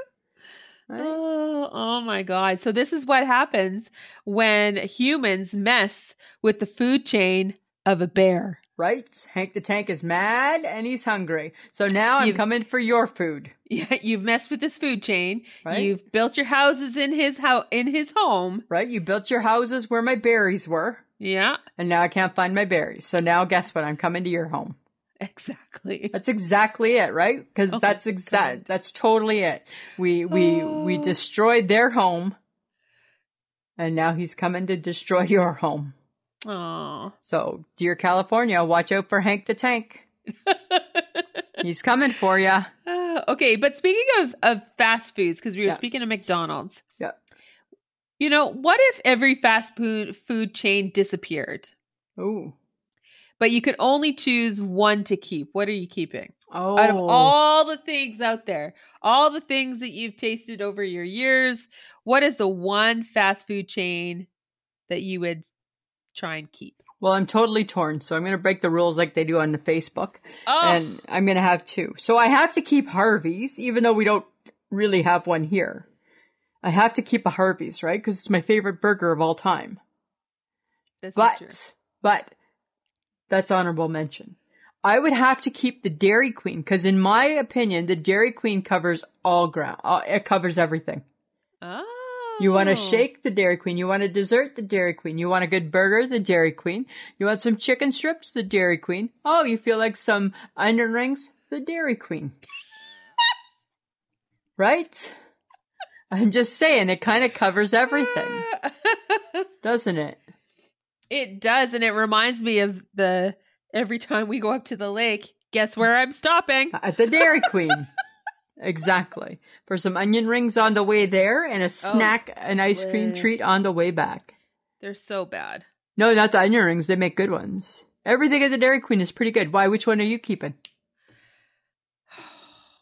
S2: Right?
S1: Oh, oh my God. So, this is what happens when humans mess with the food chain of a bear.
S2: right? Hank the Tank is mad and he's hungry. So now I'm
S1: You've-
S2: coming for your food.
S1: Yeah, you've messed with this food chain.
S2: Right.
S1: You've built your houses in his house in his home.
S2: Right? You built your houses where my berries were,
S1: Yeah,
S2: and now I can't find my berries. So now guess what? I'm coming to your home.
S1: exactly.
S2: That's exactly it, right? Because
S1: Oh,
S2: that's
S1: God.
S2: exact. That's totally it. We we we
S1: Oh.
S2: destroyed their home, and now he's coming to destroy your home.
S1: Oh.
S2: So, dear California, watch out for Hank the Tank. He's coming for you.
S1: Ah, okay, but speaking of of fast foods, because we were
S2: Yeah.
S1: speaking of McDonald's.
S2: Yeah.
S1: You know, what if every fast food food chain disappeared,
S2: Ooh.
S1: but you could only choose one to keep? What are you keeping?
S2: Oh.
S1: out of all the things out there, all the things that you've tasted over your years, what is the one fast food chain that you would try and keep?
S2: Well, I'm totally torn, so I'm going to break the rules like they do on the Facebook,
S1: Oh,
S2: and I'm going to have two. So I have to keep Harvey's, even though we don't really have one here. I have to keep a Harvey's, right? Because it's my favorite burger of all time.
S1: this is
S2: But,
S1: true.
S2: but, that's honorable mention. I would have to keep the Dairy Queen because, in my opinion, the Dairy Queen covers all ground. all- It covers everything.
S1: Oh,
S2: You want a shake, the Dairy Queen. You want a dessert, the Dairy Queen. You want a good burger, the Dairy Queen. You want some chicken strips, the Dairy Queen. Oh, you feel like some onion rings, the Dairy Queen. right? I'm just saying, it kind of covers everything, doesn't it?
S1: it does, and it reminds me of the every time we go up to the lake.
S2: Mm.
S1: Guess where I'm stopping?
S2: At Uh, the Dairy Queen. exactly. For some onion rings on the way there and a snack, an ice cream
S1: bleh.
S2: treat on the way back.
S1: They're so bad.
S2: No, not the onion rings. They make good ones. Everything at the Dairy Queen is pretty good. Why? Which one are you keeping?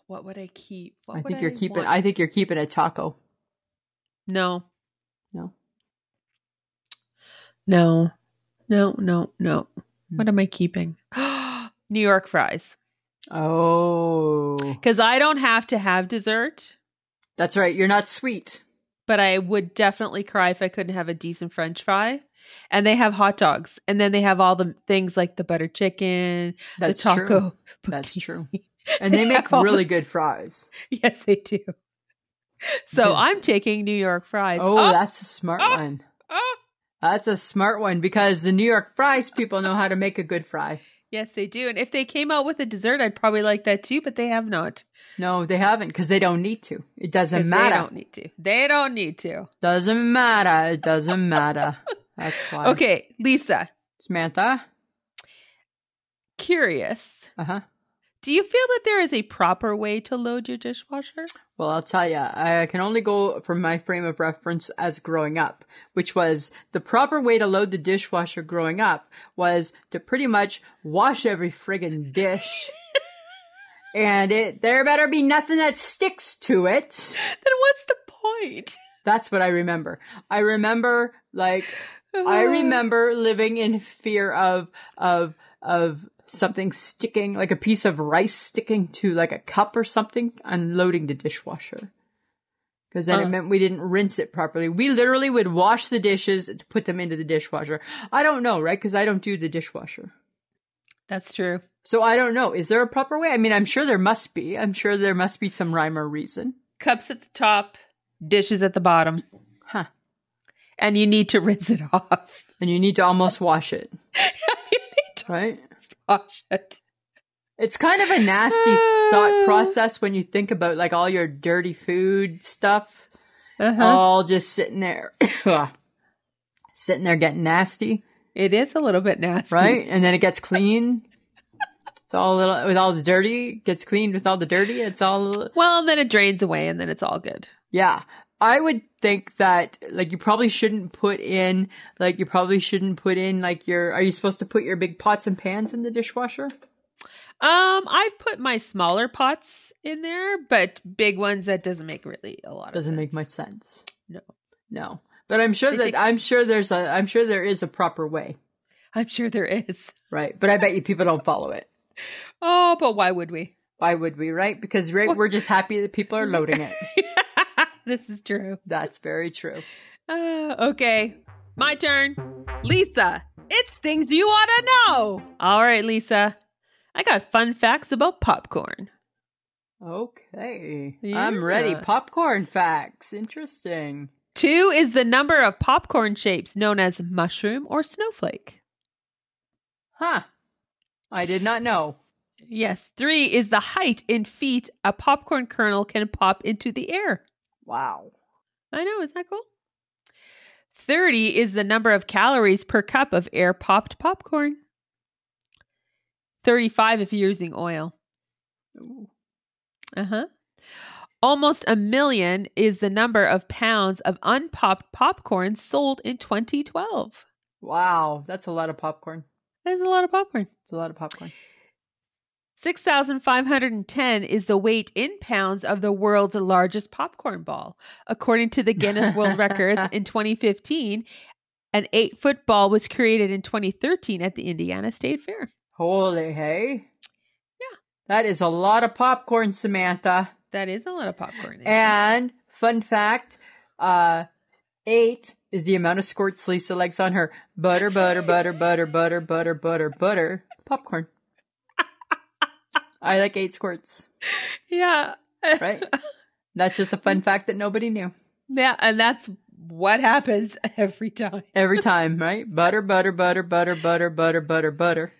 S1: What would I keep? What
S2: I
S1: would
S2: think you're keeping.
S1: want?
S2: I think you're keeping a taco.
S1: No.
S2: No?
S1: No. No, no, no.
S2: Hmm.
S1: What am I keeping? New York fries.
S2: Oh,
S1: Because I don't have to have dessert,
S2: that's right. You're not sweet.
S1: but I would definitely cry if I couldn't have a decent French fry. And they have hot dogs. And then they have all the things like the butter chicken,
S2: That's
S1: the taco.
S2: True. That's
S1: poutine.
S2: true. And they make
S1: have all
S2: really good fries.
S1: Yes, they do. So
S2: This-
S1: I'm taking New York fries.
S2: Oh,
S1: Oh,
S2: that's a smart
S1: oh.
S2: one.
S1: oh.
S2: That's a smart one because the New York fries people know how to make a good fry.
S1: Yes, they do. And if they came out with a dessert, I'd probably like that too, but they have not.
S2: No, they haven't because they don't need to. It
S1: 'Cause
S2: doesn't
S1: They
S2: matter.
S1: don't need to. They don't need to.
S2: Doesn't matter. It doesn't matter. That's why.
S1: Okay, Lisa,
S2: Samantha.
S1: curious.
S2: Uh huh.
S1: Do you feel that there is a proper way to load your dishwasher?
S2: Well, I'll tell you, I can only go from my frame of reference as growing up, which was the proper way to load the dishwasher growing up was to pretty much wash every friggin' dish. and it, there better be nothing that sticks to it.
S1: Then what's the point?
S2: That's what I remember. I remember, like, I remember living in fear of, of, of, Something sticking, like a piece of rice sticking to like a cup or something, unloading the dishwasher. Because then
S1: Huh.
S2: it meant we didn't rinse it properly. We literally would wash the dishes to put them into the dishwasher. I don't know, right? Because I don't do the dishwasher.
S1: That's true.
S2: So I don't know. Is there a proper way? I mean, I'm sure there must be. I'm sure there must be some rhyme or reason.
S1: Cups at the top, dishes at the bottom,
S2: Huh.
S1: and you need to rinse it off.
S2: And you need to almost wash it,
S1: you need to
S2: right?
S1: wash it.
S2: It's kind of a nasty thought process when you think about like all your dirty food stuff,
S1: Uh-huh.
S2: all just sitting there, sitting there getting nasty,
S1: It is a little bit nasty,
S2: right? And then it gets clean. It's all a little with all the dirty gets cleaned with all the dirty. It's all
S1: Well, and then it drains away, and then it's all good.
S2: yeah. I would think that like you probably shouldn't put in like you probably shouldn't put in like your are you supposed to put your big pots and pans in the dishwasher?
S1: Um, I've put my smaller pots in there, but big ones that doesn't make really a lot. of
S2: Doesn't make
S1: sense.
S2: much sense.
S1: No.
S2: No. But I'm sure
S1: They
S2: that
S1: take-
S2: I'm sure there's a I'm sure there is a proper way,
S1: I'm sure there is.
S2: right? But I bet you people don't follow it.
S1: Oh, but why would we?
S2: Why would we, right? Because right, we're just happy that people are loading it.
S1: this is true.
S2: That's very true.
S1: Uh, okay, my turn. Lisa, it's things you want to know. All right, Lisa. I got fun facts about popcorn.
S2: Okay. I'm ready.
S1: Yeah.
S2: Popcorn facts. Interesting.
S1: Two is the number of popcorn shapes known as mushroom or snowflake.
S2: Huh. I did not know.
S1: Yes. Three is the height in feet a popcorn kernel can pop into the air.
S2: Wow.
S1: I know. Isn't that cool? 30 is the number of calories per cup of air popped popcorn. 35 if you're using oil.
S2: Ooh.
S1: Uh huh. Almost a million is the number of pounds of unpopped popcorn sold in 2012.
S2: Wow. That's a lot of popcorn.
S1: That's a lot of popcorn.
S2: It's a lot of popcorn.
S1: 6,510 is the weight in pounds of the world's largest popcorn ball. According to the Guinness World Records in 2015, an eight foot ball was created in 2013 at the Indiana State Fair.
S2: Holy hey.
S1: Yeah.
S2: That is a lot of popcorn, Samantha.
S1: That is a lot of popcorn. isn't it?
S2: And fun fact, uh, eight is the amount of squirts Lisa likes on her butter, butter, butter, butter, butter, butter, butter, butter popcorn. I like eight squirts,
S1: yeah.
S2: right? That's just a fun fact that nobody knew.
S1: yeah. And that's what happens every time.
S2: Every time, right? Butter, butter, butter, butter, butter, butter, butter, butter,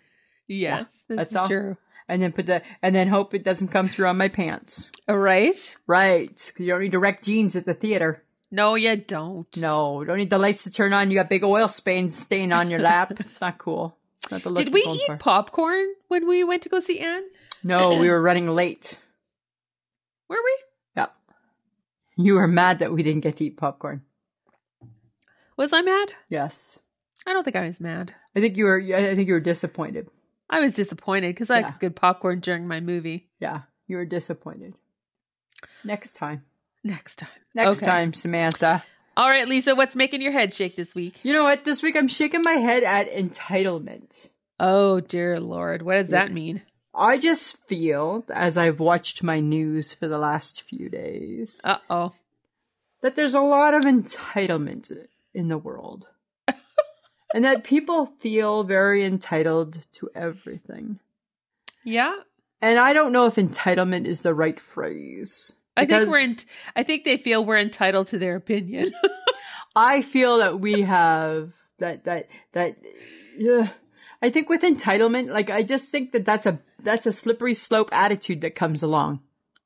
S1: Yes. this
S2: that's
S1: is
S2: all.
S1: true.
S2: and then put the and then hope it doesn't come through on my pants.
S1: All right.
S2: Right? 'Cause you don't need direct jeans at the theater.
S1: No, you don't.
S2: No, don't need the lights to turn on. You got big oil stain stain on your lap. It's not cool. It's not the look
S1: Did
S2: you're
S1: we
S2: going
S1: eat
S2: for.
S1: popcorn when we went to go see Anne?
S2: No, we were running late.
S1: Were we?
S2: Yep. You were mad that we didn't get to eat popcorn.
S1: Was I mad?
S2: Yes.
S1: I don't think I was mad.
S2: I think you were. I think you were disappointed.
S1: I was disappointed because I
S2: Yeah.
S1: had good popcorn during my movie.
S2: Yeah, you were disappointed. Next time.
S1: Next time.
S2: Next
S1: Okay.
S2: time, Samantha.
S1: All right, Lisa, what's making your head shake this week?
S2: You know what? This week I'm shaking my head at entitlement.
S1: Oh, dear Lord. What does that mean?
S2: I just feel, as I've watched my news for the last few days,
S1: Uh oh.
S2: that there's a lot of entitlement in the world. and that people feel very entitled to everything.
S1: Yeah.
S2: And I don't know if entitlement is the right phrase.
S1: I think
S2: Because
S1: we're in, I think they feel we're entitled to their opinion.
S2: I feel that we have that that that yeah. I think with entitlement, like I just think that that's a that's a slippery slope attitude that comes along,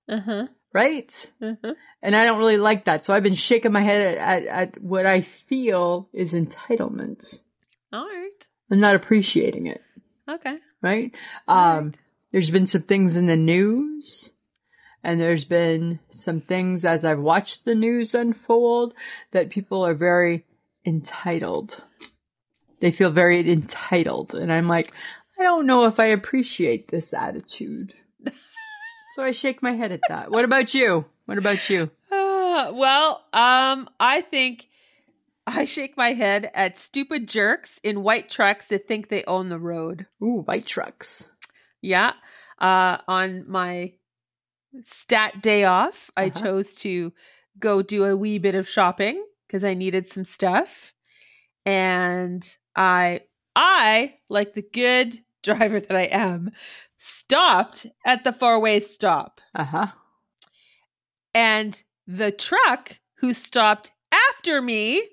S1: uh huh.
S2: right?
S1: Uh huh.
S2: And I don't really like that. So I've been shaking my head at, at, at what I feel is entitlement.
S1: All right.
S2: I'm not appreciating it.
S1: Okay.
S2: right?
S1: Right.
S2: Um, There's been some things in the news, and there's been some things as I've watched the news unfold that people are very entitled. They feel very entitled, and I'm like, I don't know if I appreciate this attitude. so I shake my head at that. What about you? What about you?
S1: Uh, well, um, I think I shake my head at stupid jerks in white trucks that think they own the road.
S2: Ooh, white trucks.
S1: Yeah. Uh, on my stat day off, I
S2: Uh-huh.
S1: chose to go do a wee bit of shopping because I needed some stuff. And I, I, like the good driver that I am, stopped at the four way stop.
S2: Uh huh.
S1: And the truck who stopped after me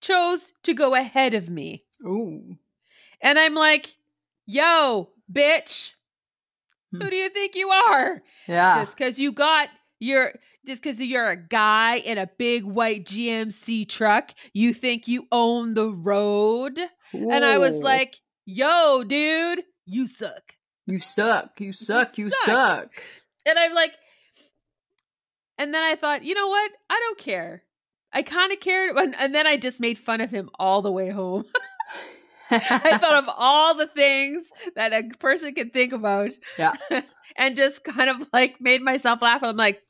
S1: chose to go ahead of me.
S2: Ooh.
S1: And I'm like, yo, bitch,
S2: Hmm. Ah.
S1: who do you think you are?
S2: Yeah.
S1: Just because you got your, just because you're a guy in a big white GMC truck, you think you own the road. And I was
S2: Ooh.
S1: like, yo, dude, you suck.
S2: you suck. You suck. You
S1: suck.
S2: suck.
S1: And I'm like, and then I thought, you know what? I don't care. I kind of cared. And, and then I just made fun of him all the way home. I thought of all the things that a person could think about.
S2: Yeah.
S1: and just kind of like made myself laugh. I'm like,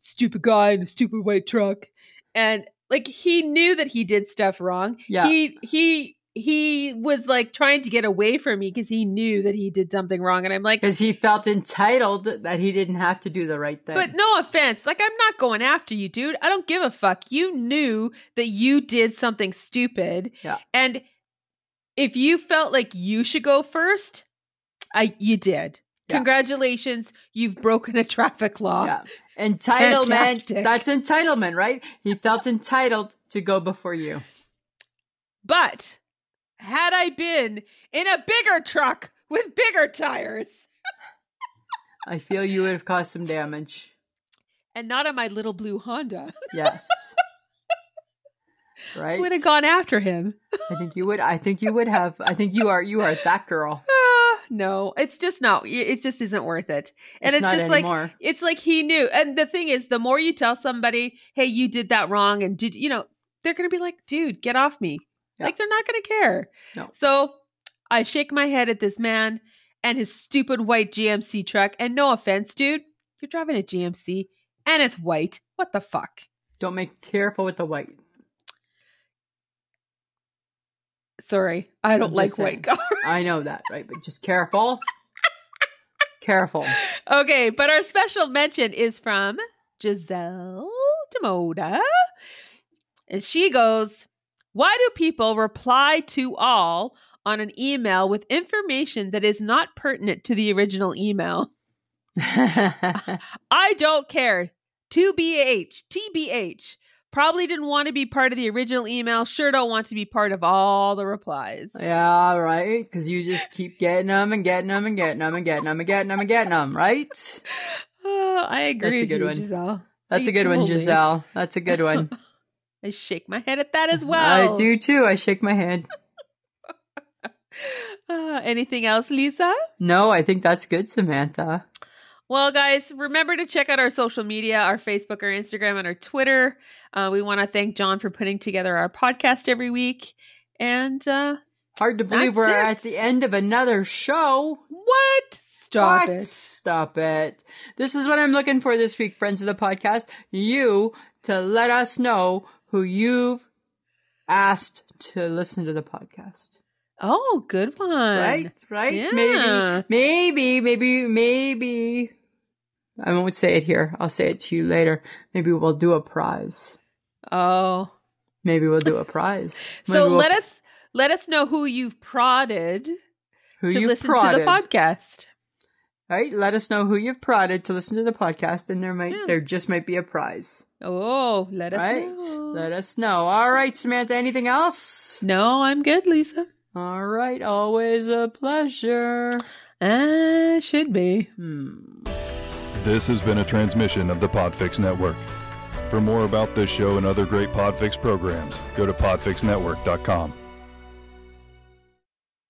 S1: stupid guy in a stupid white truck. And like he knew that he did stuff wrong.
S2: Yeah.
S1: He he he was like trying to get away from me because he knew that he did something wrong. And I'm like,
S2: Because he felt entitled that he didn't have to do the right thing.
S1: But no offense, like I'm not going after you, dude. I don't give a fuck. You knew that you did something stupid,
S2: Yeah.
S1: and if you felt like you should go first, I you did.
S2: Yeah.
S1: Congratulations, you've broken a traffic law.
S2: yeah. Entitlement.
S1: Fantastic.
S2: That's entitlement, right? He felt entitled to go before you.
S1: But had I been in a bigger truck with bigger tires
S2: I feel you would have caused some damage.
S1: and not on my little blue Honda,
S2: Yes.
S1: I
S2: Right.
S1: would have gone after him.
S2: I think you would. I think you would have. I think you are. You are that girl.
S1: Ah, no, it's just not. It just isn't worth it. And it's,
S2: not
S1: just like
S2: anymore.
S1: It's like he knew. And the thing is, the more you tell somebody, hey, you did that wrong, and did you know, they're going to be like, dude, get off me.
S2: Yeah.
S1: Like, they're not going to care.
S2: No.
S1: So I shake my head at this man and his stupid white GMC truck. And no offense, dude, you're driving a GMC and it's white. What the fuck?
S2: Don't make careful with the white.
S1: Sorry, I don't
S2: I'm
S1: like
S2: just
S1: white cars.
S2: I know that, right? But just careful. careful.
S1: Okay, but our special mention is from Giselle Demoda. And she goes, Why do people reply to all on an email with information that is not pertinent to the original email? I don't care. 2BH, TBH. Probably didn't want to be part of the original email. Sure don't want to be part of all the replies.
S2: yeah, right. Because you just keep getting them and getting them and getting them and getting them and getting them and getting them. Right.
S1: Oh, I agree
S2: That's a
S1: with
S2: good
S1: you,
S2: one.
S1: Giselle.
S2: That's a
S1: You
S2: good one,
S1: totally-
S2: Giselle. That's a good one.
S1: I shake my head at that as well.
S2: I do too. I shake my head.
S1: Uh, anything else, Lisa?
S2: No, I think that's good, Samantha.
S1: Well, guys, remember to check out our social media, our Facebook, our Instagram, and our Twitter. Uh, we want to thank John for putting together our podcast every week. And uh,
S2: Hard to believe
S1: That's
S2: we're
S1: it.
S2: at the end of another show.
S1: what? Stop
S2: What?
S1: it.
S2: Stop it. This is what I'm looking for this week, friends of the podcast. You to let us know who you've asked to listen to the podcast.
S1: Oh, good one.
S2: Right? Right?
S1: Yeah.
S2: Maybe, maybe, maybe, maybe. I won't say it here. I'll say it to you later. Maybe we'll do a prize.
S1: Oh.
S2: Maybe we'll do a prize.
S1: So
S2: Maybe we'll-
S1: let us let us know who you've prodded
S2: who
S1: to
S2: you've
S1: listen to the
S2: prodded.
S1: podcast.
S2: Right? Let us know who you've prodded to listen to the podcast, and there might
S1: Yeah.
S2: there just might be a prize.
S1: Oh, let us
S2: right?
S1: know.
S2: Let us know. All right, Samantha. Anything else?
S1: no, I'm good, Lisa.
S2: All right. Always a pleasure.
S1: Uh, should be.
S2: Hmm.
S3: This has been a transmission of the Podfix Network. For more about this show and other great Podfix programs, go to podfixnetwork.com.